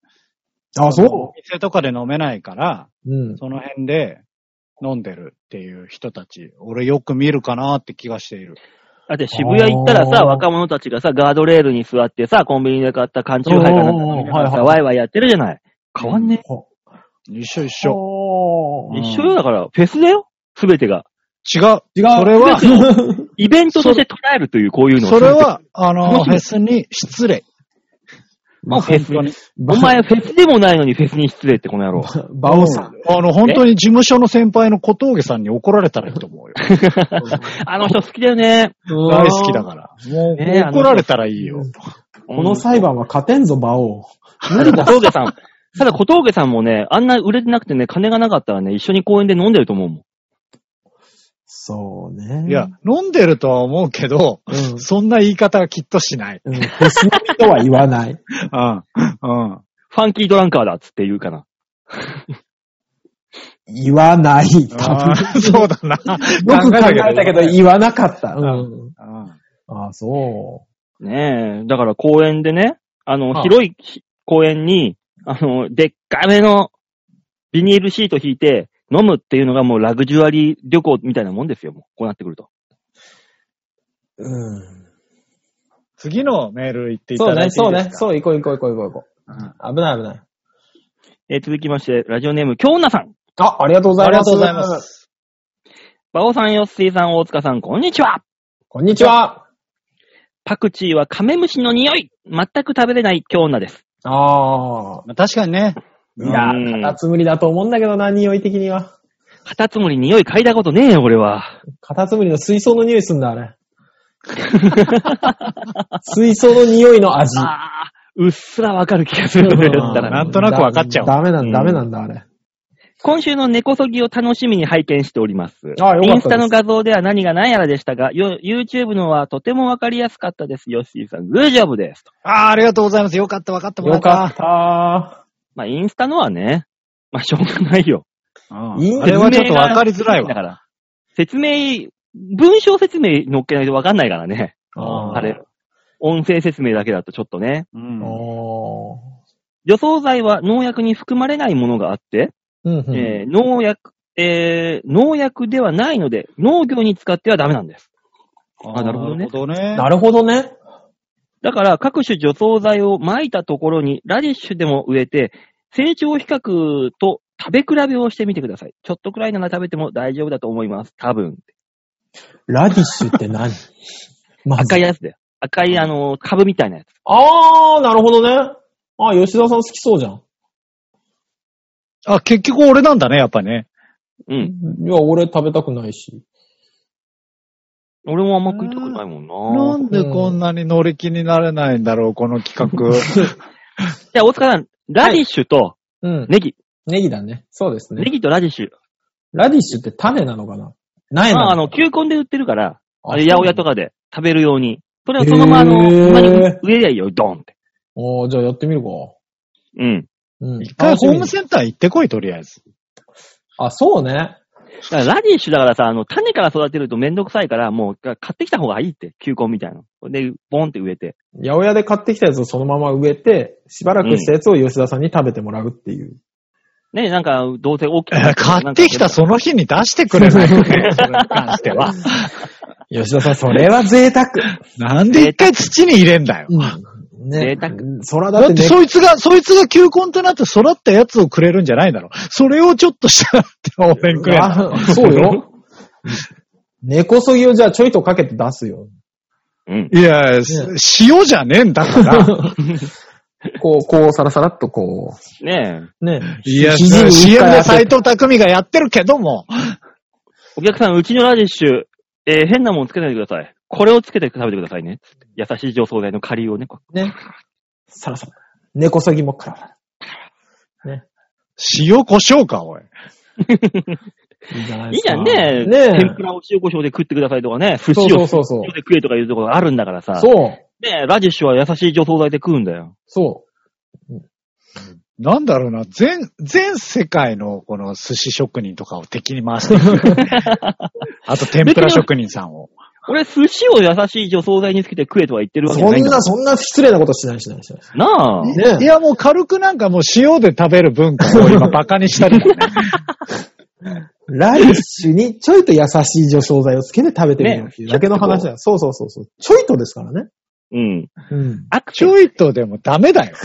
C: あ、
D: お
C: そ
D: 店とかで飲めないから、
C: ううん。
D: その辺で飲んでるっていう人たち、俺よく見るかなって気がしている。
B: だって渋谷行ったら
C: あ
B: さ、
C: ー
B: 若者たちがさ、ガードレールに座ってさ、コンビニで買った缶チューハイかなんか飲みながら
C: おーはいは
B: さ、
C: い
B: ワイワイやってるじゃない。変わんね
D: 一緒一緒。
C: ょ
D: う
B: え。
D: ん
B: 一緒よ、だから、フェスだよすべてが。
D: 違う。
C: 違う。
D: それは、
C: <laughs>
B: イベントとして捉えるという、こういうのを
D: それは、あ
B: 楽し
D: の、フ
B: み
D: ェスに失礼。
C: まあ
B: フ
C: <laughs>
B: ェス
D: 本当に。
B: お前、フェスでもないのにフェスに失礼って、この野郎。
C: バオさん。
D: あの、本当に事務所の先輩の小峠さんに怒られたらいいと
B: <laughs>
D: 思うよ。
B: あの人好きだよね。
D: 大好きだから。もう、
B: ねえあの
D: 怒られたらいいよ。
C: この裁判は勝てんぞ、馬王。
B: 無理だ。小峠さん。ただ小峠さんもね、あんな売れてなくてね、金がなかったらね、一緒に公園で飲んでると思うもん。
C: そうね。
D: いや、飲んでるとは思うけど、
C: うん、
D: そんな言い方はきっとしない。
C: うん。フェスの人は言わない。
D: うん。うん。
B: ファンキードランカーだっつって言うかな。
C: 言わない。
D: あ
C: 多分
D: ー <laughs> そうだな。
C: よく考え
D: 考え
C: た
D: た
C: け
D: け
C: ど
D: ど
C: 言わなかった。うん。
D: うん
C: あ、そ
B: ねえ。だから公園でね、あの、
C: はあ
B: 広いひ公園に、あの、でっかめのビニールシート引いて飲むっていうのがもうラグジュアリー旅行みたいなもんですよ、もう。こうなってくると。
C: う。うん。
D: 次のメール行っていた
C: そう
D: だい
C: ね、
D: てい
C: そ
D: いうです
C: ね。
D: か
C: そう、行こう行こう行こう行こ
D: うん
C: う。危ない危ない。
B: えー続きまして、ラジオネーム、京奈さん。
C: あ、ありがとうございます。
D: ありがとうございま。す。
B: バオさん、ヨッスイさん、大塚さん、こんにちは。
C: こんにちは。
B: パクチーはカメムシの匂い全く食べれない京奈です。
C: ああ。
D: まあ確かにね。
C: いや
B: う、ん
C: カタツムリだと思うんだけどな、匂い的には。
B: カタツムリ匂い嗅いだことねえよ、俺は。
C: カタツムリの水槽の匂いすんだ、あ
D: <laughs>
C: れ。水槽の匂いの味。
B: ああ、うっすらわかる気が
C: <laughs>
B: する、俺だったら。
D: なんとなくわかっちゃう
C: ダメな
B: うんん
C: だ、ダメなんだ、あれ。
B: 今週の根こそぎを楽しみに拝見しております。
C: あよかったです
B: インスタの画像では何が何やらでしたが、よ YouTube のはとてもわかりやすかったです。ヨッシーさん、グージョブです。
D: ああ、ありがとうございます。よかった、分かってもら
C: よ
D: っ。
C: かったた。
B: まあ、インスタのはね、まあ、しょうがないよ。
D: うん
C: いいん
D: あれはちょっと分かりづらい
B: だか
D: わ。
B: ら、説明、文章説明載っけないとわかんないからね。
D: あー
B: あれ。音声説明だけだとちょっとね。
D: うん
C: おー。
B: 除草剤は農薬に含まれないものがあって、
C: うんうん
B: えー農薬、えー農薬ではないので、農業に使ってはダメなんです。あなるほどね
D: なるほどね。
C: なるほどね。
B: だから、各種除草剤を撒いたところに、ラディッシュでも植えて、成長比較と食べ比べをしてみてください。ちょっとくらいなら食べても大丈夫だと思います。多分。
C: ラディッシュって <laughs> 何まず
B: 赤いやつだよ。赤い、あの、株みたいなやつ。
C: あー、なるほどね。あ、吉田さん好きそうじゃん。
D: あ、結局俺なんだね、やっぱね。
B: うん。
C: いや、俺食べたくないし。
B: 俺もあんま食いたくないも
D: なん
B: な。
D: んでこんなに乗り気になれないんだろう、この企画。 <laughs>
B: じゃあ、大塚さん、ラディッシュと
C: うん。
B: ネギ。
C: ネギだね。そうです
B: ネ
C: ね。
B: ギとラディッシュ。
C: ラディッシュって種なのかな苗
B: まあ、
C: な
B: あ
C: の
B: の、
C: か
B: 球根で売ってるから、
C: な
B: あれ、八百屋と
C: か。
B: かで食べるように。それをそのまま、あの、
C: へー
B: 馬に植えりゃいいよ、ドンって。
C: おー、じゃあやってみるか。
B: うん。
C: うん。
D: 一回
C: 楽し
D: ホ
C: み
D: ームセンター行ってこい、とりあえず。
C: あ、そうね。
B: だからラディッシュだからさ、あの、種から育てるとめんどくさいから、もう買ってきた方がいいって、球根みたいなの。で、ボンって植えて。
C: 八百屋で買ってきたやつをそのまま植えて、しばらくしたやつを吉田さんに食べてもらうっていう。
B: ね、なんか、どうせ大きくな
D: 買
B: るか
C: <laughs>
B: ら。
D: ってきたその日に出してくれない <laughs> かね、それに関しては。
C: <laughs> 吉田さん、それは贅沢。
D: なんで一回土に入れんだよ。
C: うん。ね
B: 贅沢。
C: そらだ
D: だ
C: っ
D: ってて
C: ね、
D: そいつが、そいつが球根となって育ったやつをくれるんじゃないんだろう。それをちょっとしたって俺にくれんだろ
C: あそう <laughs> よ。根こそぎをじゃあちょいとかけて出すよ。
B: うん。
D: いや、塩じゃねえんだから。
C: <laughs> こう、こう、さらさらっとこ
B: ねえ。
C: う、ね。
D: いや、
C: 肘に
D: CM で斎
C: 当てて
D: 藤匠がやってるけども。
B: お客さん、うちのラディッシュ、えー変なもんつけないでください。これをつけて食べてくださいね。つって優しい除草剤の仮をね、こう
C: ね。さらさら。根こそぎもから。
D: 塩胡椒か、おい。
C: いいじゃない
B: い
C: で
B: いじ
C: すか。
B: ゃんね。
C: ねえ
B: 天ぷらを塩胡椒で食ってくださいとかね、寿
C: そ
B: 司
C: うそう
B: を
C: そうそう
B: 塩。で食えとかいうところがあるんだからさ。
C: そう。
B: ねラディッシュは優しい除草剤で食うんだよ。
C: そ
D: なんだろうな、全、全世界のこの寿司職人とかを敵に回していくあと天ぷら職人さんを。
B: 俺、寿司を優しい除草剤につけて食えとは言ってる
C: う。
B: わけ
C: そ
B: じゃない
C: ん
B: んだ
C: な、そんな失礼なことしないしないしない。
B: なあ。
C: ね
D: いや、もう軽くなんかもう塩で食べる文化を今バカにしたりだね。
C: ラディッシュにちょいと優しい除草剤をつけて食べてみようっていうだけの話だよ。そうそうそうそう。ちょいとですからね。
B: うん。
C: うん。
B: アク
D: ち
B: セル。
D: ょいとでもダメだよ。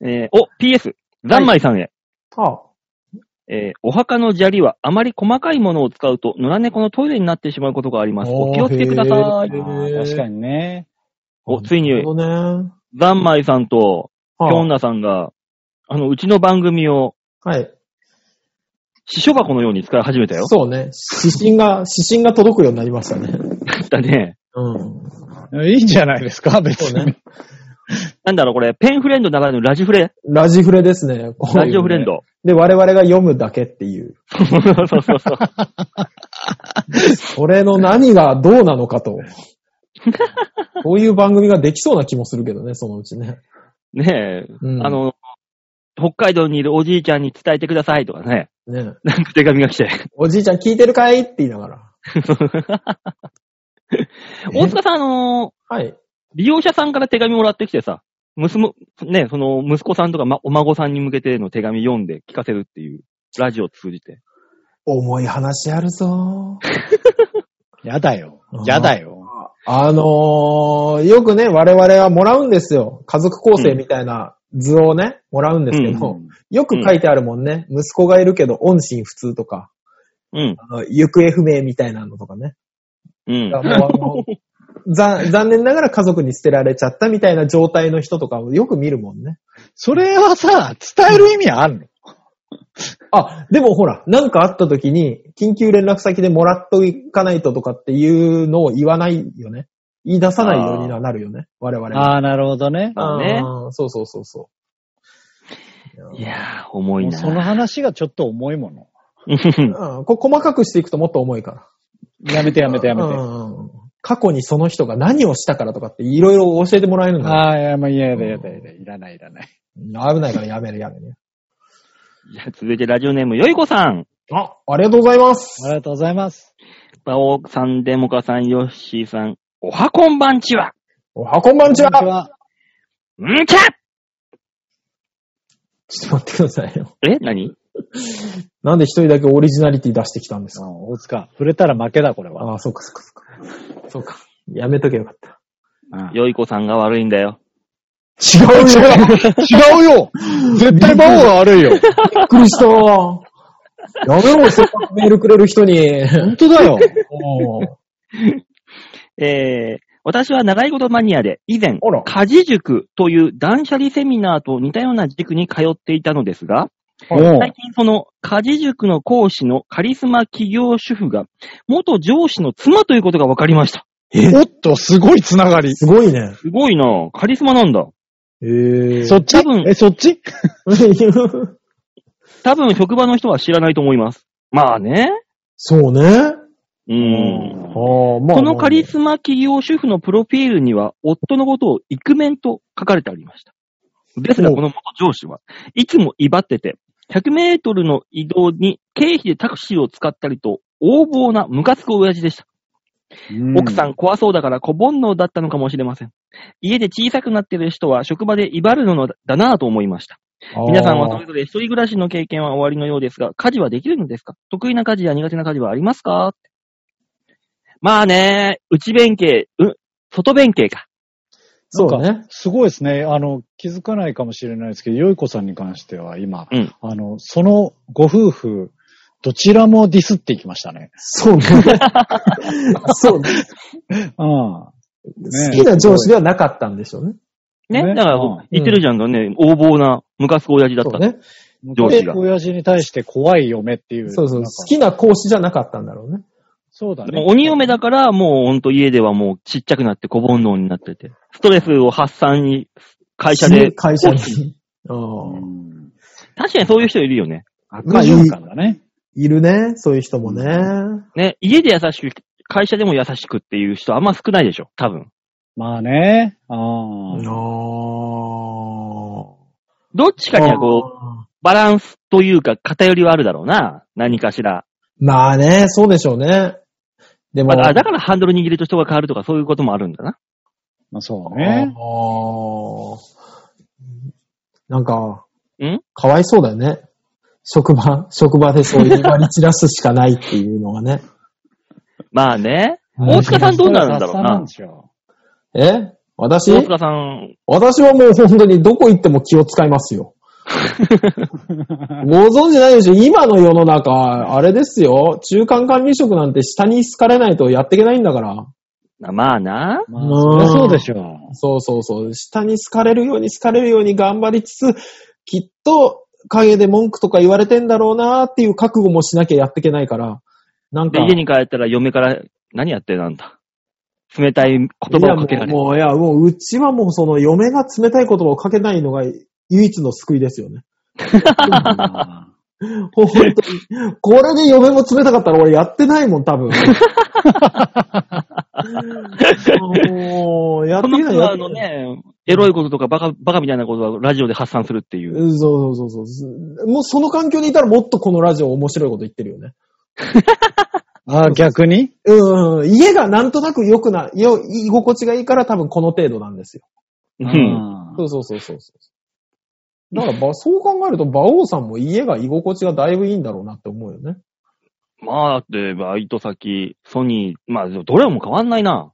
B: えーお、PS。ざんまいさんへ。
C: ああ
B: えーお墓の砂利はあまり細かいものを使うと野良猫のトイレになってしまうことがあります。お気をつけください
C: へ。ー
D: 確かにね。
B: お、つい
C: な
B: に
C: る、ほどね。
B: ざんまいさんと、き
C: はあ
B: ょんなさんが、あの、うちの番組を、
C: はい。
B: 死書箱のように使い始めたよ。
C: そうね。指針が、指針が届くようになりましたね。
B: だね。
C: うん。
D: いいんじゃないですか、別
C: そう
D: に
C: ね。
B: なんだろう、これ、ペンフレンドの中のラジフレ
C: ラジフレですね。こういうね
B: ラジオフレン。ド。
C: で、我々が読むだけっていう。
B: そうそうそうそう。
C: それの何がどうなのか <laughs> と。こういう番組ができそうな気もするけどね、そのうちね。
B: ねえ、
C: うん
B: あの、北海道にいるおじいちゃんに伝えてくださいとかね。
C: ね
B: なんか手紙が
C: <laughs>
B: 来て。
C: おじいちゃん聞いてるかいって言いながら。
B: 大塚さん、あの、
C: はい。
B: 利用者さんから手紙もらってきてさ、娘、ね、その、息子さんとか、ま、お孫さんに向けての手紙読んで聞かせるっていう、ラジオを通じて。
C: 重い話あるぞ。
D: やだよ
C: う。ん
D: やだよ。
C: あのー、よくね、我々はもらうんですよ。家族構成みたいな図をね、もらうんですけど、
D: うん
C: よく書いてあるもんね。息子がいるけど、音信不通とか、
B: うん、
C: あの行方不明みたいなのとかね。
B: うん。
C: だからもうあのざ残念ながら家族に捨てられちゃったみたいな状態の人とかをよく見るもんね。
D: それはさ、伝える意味あるの
C: あ、でもほら、なんかあった時に、緊急連絡先でもらっといかないととかっていうのを言わないよね。言い出さないようにはなるよね。我々は。
D: ああ、なるほどね。
B: あね
C: あーそうそうそうそう。
B: いやー、重い
D: もう
B: な。
D: その話がちょっと重いもの。
B: うん
C: うん、こう細かくしていくともっと重いから。
D: やめてやめてやめて
C: う。ん過去にその人が何をしたからとかっていろいろ教えてもらえるんだよ。
D: ああ、いや、まあ、いやだ、いやだ、いやだ、いらない、いらない。
C: 危ないからやめるやめる。
B: じゃあ続いてラジオネーム、よいこさん。
C: あ、ありがとうございます
D: あ。りがとうございます。
B: バオさん、デモカさん、ヨッシーさん、おはこんばんちは。
C: おはこんばんちは。
D: は。
B: んちゃ
C: ちょっと待ってくださいよ。
B: え何
C: なんで一人だけオリジナリティ出してきたんです
D: う
C: か
D: ん大塚、触れたら負けだ、これは。
C: ああ、そうかそうかそうか。そうか。やめとけよかった。
B: よいこさんが悪いんだよ。
C: 違うよ
D: 違うよ絶対魔王が悪いよ
C: びっくりした。やめろ、せっかくメールくれる人に。
D: 本当だよ
C: おー
B: えー、私は長いことマニアで、以前
C: あら、
B: 家事塾という断捨離セミナーと似たような塾に通っていたのですが、
D: も
B: 最近その家事塾の講師のカリスマ企業主婦が、元上司の妻ということが分かりました。
D: う、おっと、すごいつながり。
C: すごいね。
B: すごいなぁカリスマなんだ。
C: えー
D: そっち
B: 多分
D: え、そっち
B: 多分職場の人は知らないと思います。まあね。
C: そうね。
B: う。
D: うん
C: ああ、まあ。
B: このカリ
C: ま
B: スマ企業主婦のプロフィールには、夫のことをイクメンと書かれてありました。ですが、
D: お
B: この元上司はいつも威張ってて、100メートルの移動に経費でタクシーを使ったりと、横暴なムカつく親父でした。奥さん怖そうだから小煩悩だったのかもしれません。家で小さくなってる人は職場で威張るのだなぁと思いました。
C: あ
B: 皆さんはそれぞれ一人暮らしの経験は終わりのようですが、家事はできるのですか得意な家事や苦手な家事はありますかまあね、内弁慶、う、外弁慶か。
C: そうね。
D: すごいですね。あの、気づかないかもしれないですけど、よいこさんに関しては今、
B: うん
D: あの、そのご夫婦、どちらもディスっていきましたね。
C: そうね。 <laughs> そうね。
D: うん。
C: 好きな上司ではなかったんでしょうね。
B: ね。
D: ね
B: だから
D: うん、
B: 言ってるじゃん、ね、横暴な、昔親父だっ
C: そ
B: た。
C: うね。
B: 上司が
D: 親父に対して怖い嫁っていう。
C: そうそう。
D: なんか
C: 好きな講師じゃなかったんだろうね。
D: そうだ
B: で
D: ね。
B: も鬼嫁だから、もうほんと家ではもうちっちゃくなって小煩悩になってて、ストレスを発散に、会社で。
C: 会社
B: 放置
C: に。あ
D: う
C: あ。
D: ん
B: 確かにそういう人いるよね。
D: まあ、
C: い
D: 勇敢だね。
C: いるね、そういう人もね。
B: ね、家で優しく、会社でも優しくっていう人あんま少ないでしょ、多分。
D: まあね。あ
C: あ
D: あ。
C: ー
B: どっちかにはこう、バランスというか偏りはあるだろうな。何かしら。
C: まあね、そうでしょうね。でも、
B: まあ、だからハンドル握ると人が変わるとかそういうこともあるんだな。
D: まあそう
C: あ
D: ね。
C: ーなんか、
B: ん
C: かわいそうだよね。職場、 <laughs> 職場でそういう割り散らすしかないっていうのはね。
B: まあね。大塚さんどうなるんだろう
D: な。
B: なん
D: でしょ
C: え私
B: 大塚さん、
C: 私はもう本当にどこ行っても気を使いますよ。ご存知ないでしょ今の世の中、あれですよ。中間管理職なんて下に好かれないとやっていけないんだから。
B: まあな。
D: う。まあ、そりゃそうでし
B: <laughs>
D: ょ
C: そうそうそう。下に好かれるように好かれるように頑張りつつ、きっと陰で文句とか言われてんだろうなーっていう覚悟もしなきゃやっていけないから。なん
B: で、
C: か。
B: 家に帰ったら嫁から何やってなんだ。冷たい言葉をかけられる。
C: いやもう、もういや、もう、うちはもうその嫁が冷たい言葉をかけないのが唯一の救いですよね。
D: う。ま
C: 本当に。これで嫁も冷たかったら俺やってないもん、
B: <laughs>
C: 多分。もう、やっ
B: この
C: てない。
B: 人
C: やっ
B: はあ
C: てな
B: の
C: い
B: ね、エロいこととかバカ、バカみたいなことはラジオで発散するっていうう。
C: んそうそうそうそう。もうその環境にいたらもっとこのラジオ面白いこと言ってるよね。
D: ああ、逆に
C: うん、家がなんとなく良くな、よ、居心地がいいから多分この程度なんですよ。
B: うん。
C: そうそうそうそうそう。だから、ばそう考えると、馬王さんも家が居心地がだいぶいいんだろうなって思うよね。
B: まあ、だって、バイト先、ソニー、まあ、どれも変わんないな。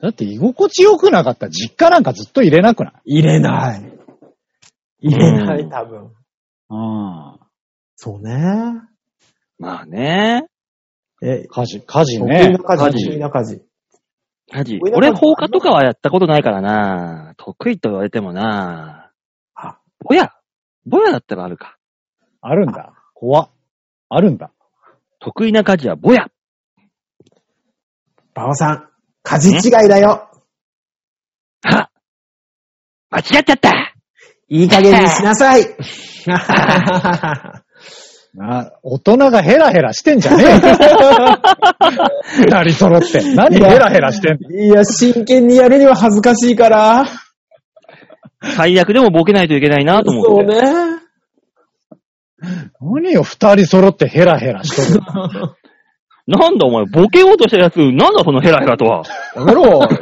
D: だって居心地良くなかったら実家なんかずっと入れなくない
C: 入れない。入れない、多分。
D: ああ。
C: そうね。
B: まあね。
C: え、
D: 家事、家事
C: 得
D: ね
C: 意な。家事、
B: 家事
C: 得意な家事。
B: マジ。
C: 俺
B: 俺、放火とかはやったことないからな。得意と言われてもな。
C: あ
B: ぼや。ぼやだったらあるか。
D: あるんだ。怖っあるんだ。
B: 得意な家事はぼや。
C: 馬王さん、家事違いだよ。
B: は間違っちゃった
C: いい加減にしなさい。
D: な、大人がヘラヘラしてんじゃねえ二人揃って。何ヘラヘラしてんの
C: いや、真剣にやるには恥ずかしいから。
B: 最悪でもボケないといけないなと思
C: そう
B: って。
C: ね。
D: 何よ、二人揃ってヘラヘラしてる。
B: なんだお前、ボケようとしたやつ、なんだそのヘラヘラとは。
C: やめろ。
B: しっか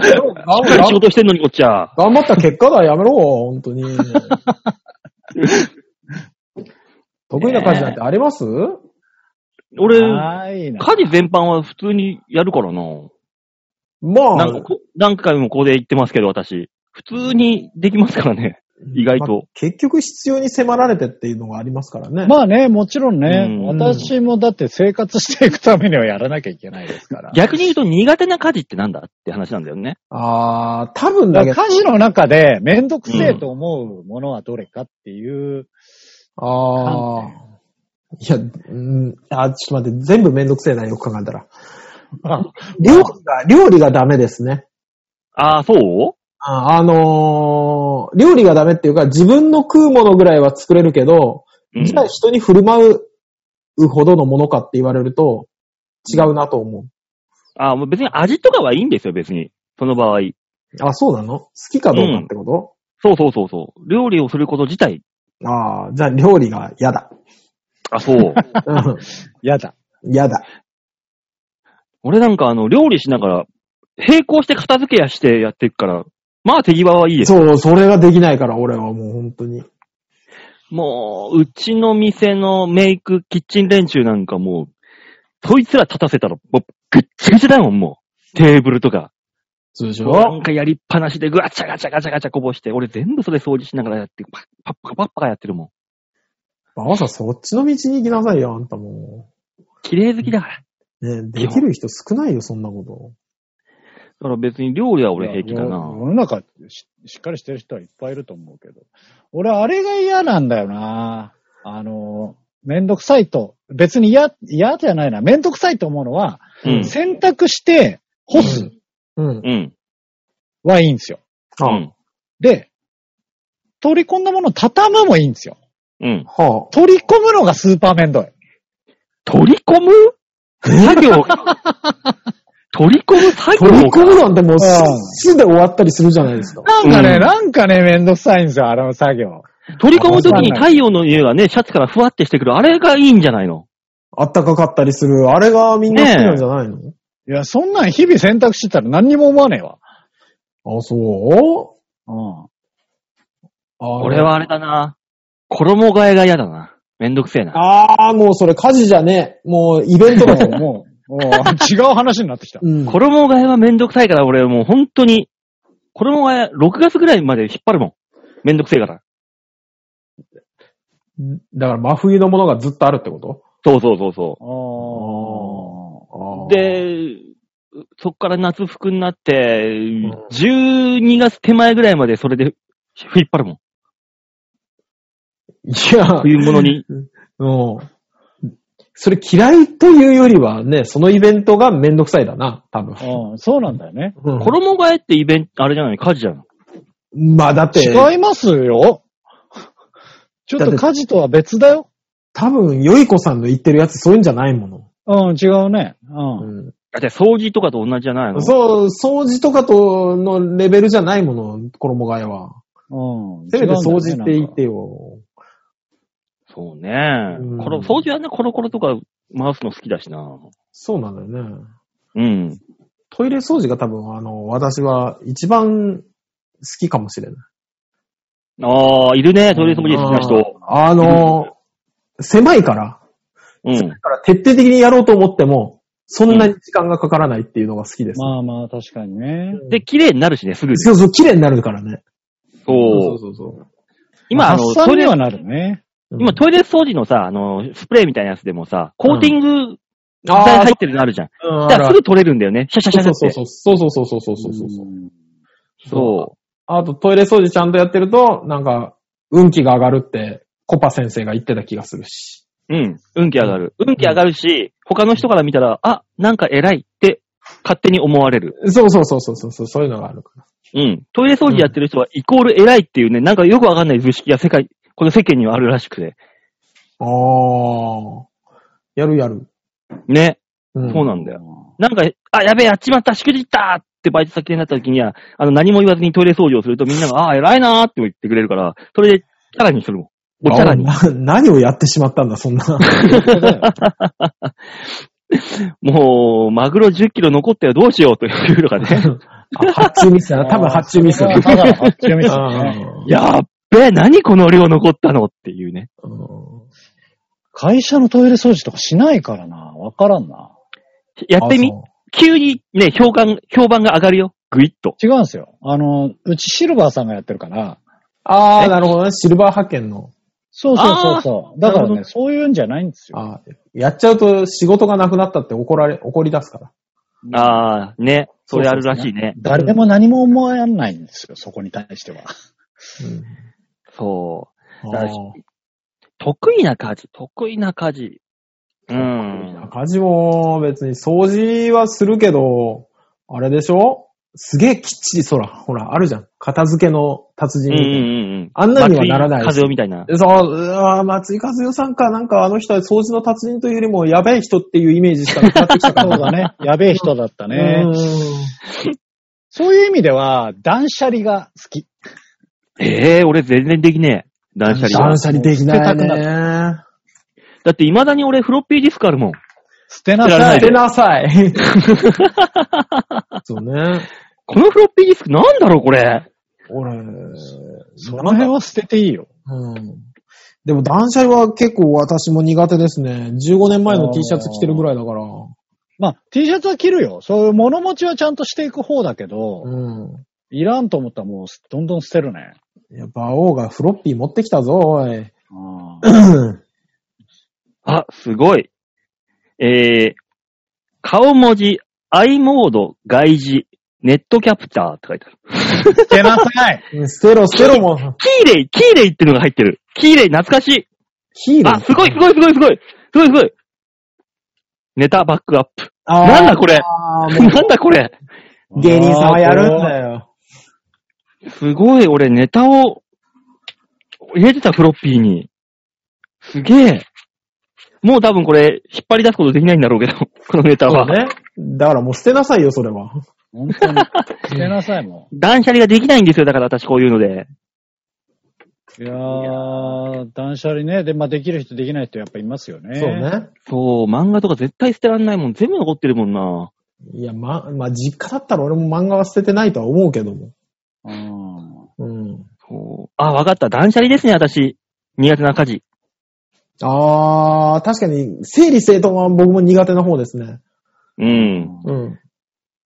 B: り仕事してんのにこっちは。
C: 頑張った結果だ、やめろ、本
B: <laughs>
C: 当に。得意な家事なんてあります、
B: 俺、家
D: ないな。
B: 事全般は普通にやるからな。
C: まあ、
B: なんかこ何回もここで言ってますけど、私。普通にできますからね。意外
C: まあ
B: と。
C: 結局必要に迫られてっていうのがありますからね。
D: まあね、もちろんね、
B: うん
D: 私もだって生活していくためにはやらなきゃいけないですから。
B: 逆に言うと苦手な家事ってなんだって話なんだよね。
C: ああ、多分
D: だ
C: だ
D: か
C: け
D: ら
C: ど。
D: 家事の中でめんどくせえと思うものはどれかっていう、
C: ああ。いや、うん、あ、ちょっと待って、全部めんどくせえな、よく考えたら。料理が、料理がダメですね。
B: ああ、そう
C: ああのー料理がダメっていうか、自分の食うものぐらいは作れるけど、
B: うん
C: じゃあ人に振る舞うほどのものかって言われると、違うなと思う。
B: ああ、もう別に味とかはいいんですよ、別に。その場合。
C: あ、そうなの好きかどうかってこと、
B: そうそうそうそう。料理をすること自体。
C: ああ、じゃあ料理が嫌だ。
B: あ、そう。
C: うん
D: やだ。
C: <laughs> 嫌だ。
B: 俺なんかあの、料理しながら、並行して片付けやしてやっていくから、まあ手際はいいです。
C: そう、それができないから、俺はもう本当に。
B: もう、うちの店のメイク、キッチン練習なんかもう、そいつら立たせたら、もう、ぐっちゃぐちゃだもん、もう。テーブルとか。
C: 通常
B: なんかやりっぱなしでぐわちゃがちゃがちゃがちゃこぼして、俺全部それ掃除しながらやって、パッパッパカパッパカやってるもん。
C: バオさん、そっちの道に行きなさいよ、あんたも
B: 綺麗好きだから。
C: う。ね、できる人少ないよ、そんなこと。
B: だから別に料理は俺平気だ
D: いや
B: な
D: 世。の中し、しっかりしてる人はいっぱいいると思うけど。俺、あれが嫌なんだよな。あの、めんどくさいと、別に嫌、嫌じゃないな。めんどくさいと思うのは、
B: うん。
D: 洗濯して干す
C: うん。
B: うん。
D: はいいんですよ。
B: う
C: あ
B: ん。
D: で、取り込んだものを畳むもいいんですよ。
B: うん。
C: は
D: 取り込むのがスーパーめんどい。
B: 取り込む作業。取り込む
C: あ。
B: 作
C: 取り
B: 業
C: 込むなんてもう
D: うん
C: す、すで終わったりするじゃないですか。
D: なんかね、
B: うん
D: なんかね、めんどくさいんですよ、あの作業。
B: 取り込むときに太陽の家がね、シャツからふわってしてくる。あれがいいんじゃないの
C: あったかかったりする。あれがみんな好きなんじゃないの、
D: いや、そんなん日々選択してたら何にも思わねえわ。
C: あ、そう
D: うん。
C: あ
B: 俺。はあれだな。衣替えが嫌だな。めんどくせえな。
C: ああ、もうそれ家事じゃねえ。もうイベントだもん。
D: もう、もう、違 <laughs> う話になってきた。
C: うん。
B: 衣替えはめんどくさいから、俺もう本当に、衣替え6月ぐらいまで引っ張るもん。めんどくせえから。
C: だから真冬のものがずっとあるってこと
B: そうそうそうそ
C: ああ
B: う。
C: ー、
B: で、そっから夏服になって、12月手前ぐらいまでそれで引っ張るもん。
C: いや、
B: 冬物に。
C: うん。それ嫌いというよりはね、そのイベントがめんどくさいだな、多分。
D: うん、そうなんだよね。
C: うん
B: 衣替えってイベント、あれじゃない家事じゃん。
C: まあだって、
D: 違います
C: <laughs>
D: よ。ちょっと家事とは別だよ。
C: 多分、よいこさんの言ってるやつそういうんじゃないもの。
D: うん、違うね。うん。
C: う
B: だって掃除とかと同じじゃないの
C: ん、そう、掃除とかとのレベルじゃないもの、衣替えは。
D: うん。
C: せめて掃除
D: 違う
C: っ
D: んだ
C: て
D: よね
C: 言ってよ。
B: そうね。
C: うん
B: この掃除はね、コロコロとか回すの好きだしな。
C: そうなんだよね。
B: うん。
C: トイレ掃除が多分、あの、私は一番好きかもしれない。
B: ああ、いるね、トイレ掃除好きな人。
C: あーあの、狭いから、
B: うん。
C: だから徹底的にやろうと思っても、そんなに時間がかからないっていうのが好きです。
D: まあまあ、確かにね。
B: で、綺麗になるしね、すぐに。
C: そうそう、綺麗になるからね。
B: そう。
C: そうそう
B: 今、あの、
D: 発
B: ト
D: 散
B: イ
D: に
B: レ
D: は、なるね。
C: そう。
B: 今、トイレ掃除のさ、あの、スプレーみたいなやつでもさ、コーティング
C: うんあー
B: 剤入ってるのあるじゃん。
C: うん
B: だか
C: ある
B: ら
C: あ
B: す
C: る
B: ぐ取れるんだよね。シャシャシャシャって。
C: そうそうそうそうそうそうそうそうそうそう。
D: ん
B: そ
C: あとトイレ掃除ちゃんとやってると、なんか、運気が上がるって、コパ先生が言ってた気がするし。
B: う。うん。運気上がる。運気上がるし、他の人から見たら、あ、なんか偉いって、勝手に思われる。
C: そうそうそうそうそうそう、そういうのがあるから。
B: うん。トイレ掃除やってる人は、イコール偉いっていうね、なんかよくわかんない図式が世界、この世間にはあるらしくて。
C: あー。やるやる。
B: ね。
C: うん
B: そうなんだよ。なんか、あ、やべえ、やっちまった、しくじったってバイト先になった時には、あの、何も言わずにトイレ掃除をするとみんなが、あー、偉いなーって言ってくれるから、それで、チャラにするもん。おチャラに。
C: あな何をやってしまったんだ、そんな。
B: もう、マグロ10キロ残ったよ、どうしようという
C: <laughs>
B: のが <laughs> ね、
C: あ発注ミスだな。多分発注ミスだ
D: だ。
C: な。
D: ただ、発注ミスだね。
C: <laughs> う
B: やっべえ、何この量残ったのっていうね。
C: ん
D: 会社のトイレ掃除とかしないからな。わからんな。
B: やってみ
C: あそ
B: 急にね、評判、評判が上がるよ。ぐいっと。
D: 違うんですよ。あの、うちシルバーさんがやってるから。
C: あ
B: え
C: ー、なるほどね。シルバー派遣の。
D: そうそうそうそう。だか
B: な
D: ら
B: るほ
D: ね、そういうんじゃないんですよ。
C: あーやっちゃうと仕事がなくなったって怒られ、怒り出すから。
B: あー、ね、それあるらしいね。
D: 誰でも何も思わないんですよ、そこに対しては。
C: うん
B: そう。
C: あ
B: だし得意な家事、得意な家事。うん。
C: ー家事も別に掃除はするけど、あれでしょすげえきっちり、そら、ほら、あるじゃん。片付けの達人
B: うん
C: み
B: う
C: たいな。
B: んうん。
C: あんなにはならないし
B: 風邪みたいな。
C: そう、うわー松井和代さんか、なんかあの人は掃除の達人というよりも、やべえ人っていうイメージしかなくなってきたか
D: そう
B: <laughs>
C: ら。
D: だね。 <laughs> やべえ人だったね。
C: うーん
D: そういう意味では、断捨離が好き。
B: ええ俺全然できねえ。断捨離は
C: 断。捨離できないね。
B: だって未だに俺フロッピーディスクあるもん。
D: 捨てな
B: 捨てら
D: さ
B: れな
C: 捨
D: い
B: い
C: て。なさい。 <laughs> そうね。
B: このフロッピーディスクなんだろうこれ。
C: 俺、
D: その辺は捨てていいよ。
C: うん。でも断捨離は結構私も苦手ですね。15年前の T シャツ着てるぐらいだから。
D: まあ、T シャツは着るよ。そういう物持ちはちゃんとしていく方だけど、
C: うん。
D: いらんと思ったらもうどんどん捨てるね。
C: やっぱ王がフロッピー持ってきたぞ、お <laughs> い。
D: あ
B: あ、すごい。えー、顔文字、i モード、外字、ネットキャプターって書いてある。
D: ー捨てなさい。
C: 捨てろ、捨てろも。
B: キーレイ、キーレイってのが入ってる。キーレイ懐かしい。
C: ヒーロー。
B: あ、すごいすごいすごいすごい。すごいすごい。ネタバックアップ。
C: あー
B: なんだこれ。 <laughs>
C: あーも
B: なんだこれ。
C: う <laughs> 芸人さんはやるんだよ。
B: すごい、俺ネタを入れてたフロッピーに。すげえ。もう多分これ、引っ張り出すことできないんだろうけど、 <laughs> このネタ
C: そ
B: は。
C: うね。だからもう捨てなさいよ、それは。
D: 本当に。捨てなさいも
B: 断捨離ができないんですよ、だから私こういうので。
D: ん。いやー、断捨離ね。で、まあ、できる人、できない人、やっぱいますよね。
C: そう。ね。
B: そう、漫画とか絶対捨てらんないもん。全部残ってるもんな。
C: いや、ま、まあ、実家だったら俺も漫画は捨ててないとは思うけども。
D: うん。
C: うん。
B: そう。あ、わかった。断捨離ですね、私。苦手な家事。
C: あー、確かに、整理整頓は僕も苦手な方ですね。
B: うん。
C: うん。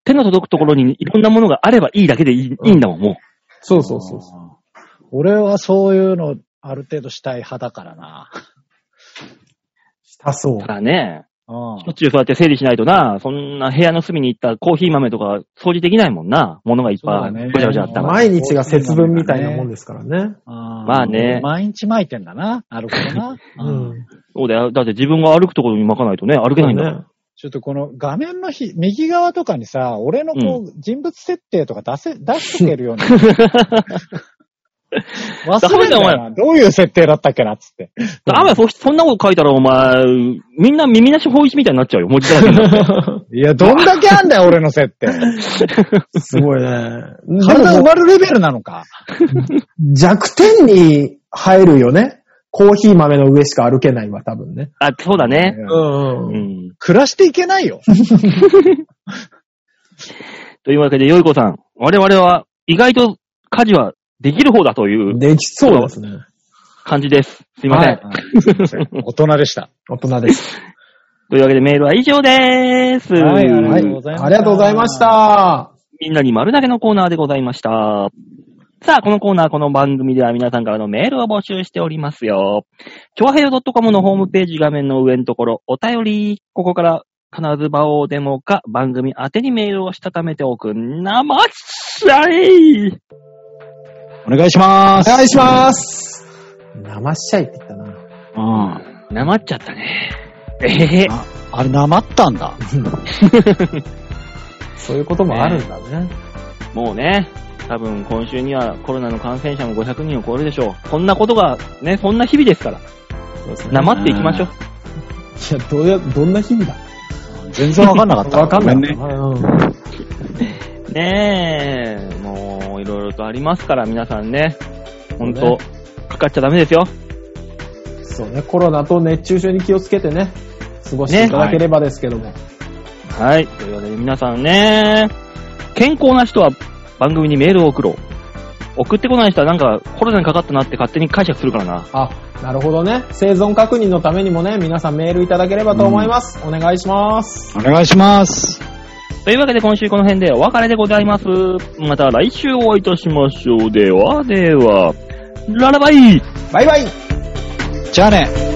B: 手の届くところにいろんなものがあればいいだけでいい,、
C: うん
B: いいんだもん、も
C: そうそうそうそう。
D: う。俺はそういうの、ある程度したい派だからな。
C: したそう
B: う。た。だね、
D: うん
B: しょっちゅうそうやって整理しないとな、そんな部屋の隅に行ったコーヒー豆とか掃除できないもんな。物がいっぱ
D: そうだ
B: い
D: ね
B: ごちゃごちゃあったから。
C: 毎日が節分みたいなもんですからね。
D: ま
B: まあね
D: 毎日巻いてんだな。なるほどな。
C: う
D: <laughs> うん
C: ん。
B: そうだよ。だって自分が歩くところに巻かないとね、歩けないんだもん。
C: ね。
D: ちょっとこの画面のひ右側とかにさ、俺のこう、人物設定とか出せ、出しとけ
B: <laughs>
D: るように。忘れた
B: ダメだ
D: な。どういう設定だったっけなっつって。
B: あ、そそんなこと書いたらお前、みんな耳なし法一みたいになっちゃうよ。文字だらけになって。
D: いや、どんだけあんだよ、俺の設
B: <laughs>
C: <laughs>
D: 定。
C: すごいね。
D: 体埋まるレベルなのか。
C: 弱点に入るよね。コーヒー豆の上しか歩けないは多分ね。
B: あ、そうだね。
C: ん
B: うん。
D: 暮らしていけないよ。
B: というわけで、よいこさん、我々は意外と家事はできる方だという
C: できそうですね。
B: 感じです。すいません。
C: はい
D: すいません大人でした。
C: 大人です。
B: というわけで、メールは以上でーす。
D: はいありが
C: は
D: とう
C: い
D: ございました
C: ありがとうございました。
B: みんなに丸投げのコーナーでございました。さあ、このコーナー、この番組では皆さんからのメールを募集しておりますよ。ちょわへよ .com のホームページ画面の上のところ、お便り、ここから必ず場をデモか、番組宛てにメールをしたためておくんなまっしゃい
D: お願いしま
C: お
D: す。
C: 願いします。生しちゃいって言ったな。
D: うん。
B: なまっちゃったね。えへへ。
D: ああれ、なまったんだ。
C: そういうこともあるんだね。
B: もうね、多分今週にはコロナの感染者も500人を超えるでしょう。こんなことが、ね、そんな日々ですから、
C: そうですね
B: なまっていきましょう。
C: いや、どうや、どんな日々だ
D: 全然わかんなかっ
C: <laughs>
D: た。
C: わかんない。
D: ごめね。
C: うん
B: ねえ、もういろいろとありますから、皆さんね、ほん
C: そう
B: と、かかっちゃダメですよ。
C: そうね、コロナと熱中症に気をつけてね、過ごしていただければですけども。
B: はい。というわけで皆さんね、健康な人は番組にメールを送ろう。送ってこない人はなんかコロナにかかったなって勝手に解釈するからな。
C: あ、なるほどね。生存確認のためにもね、皆さんメールいただければと思います。お願いします。
D: お願いします。
B: というわけで今週この辺でお別れでございます。また来週お会いいたしましょう。ではでは、ララバイ
C: バイバイ
D: じゃあね。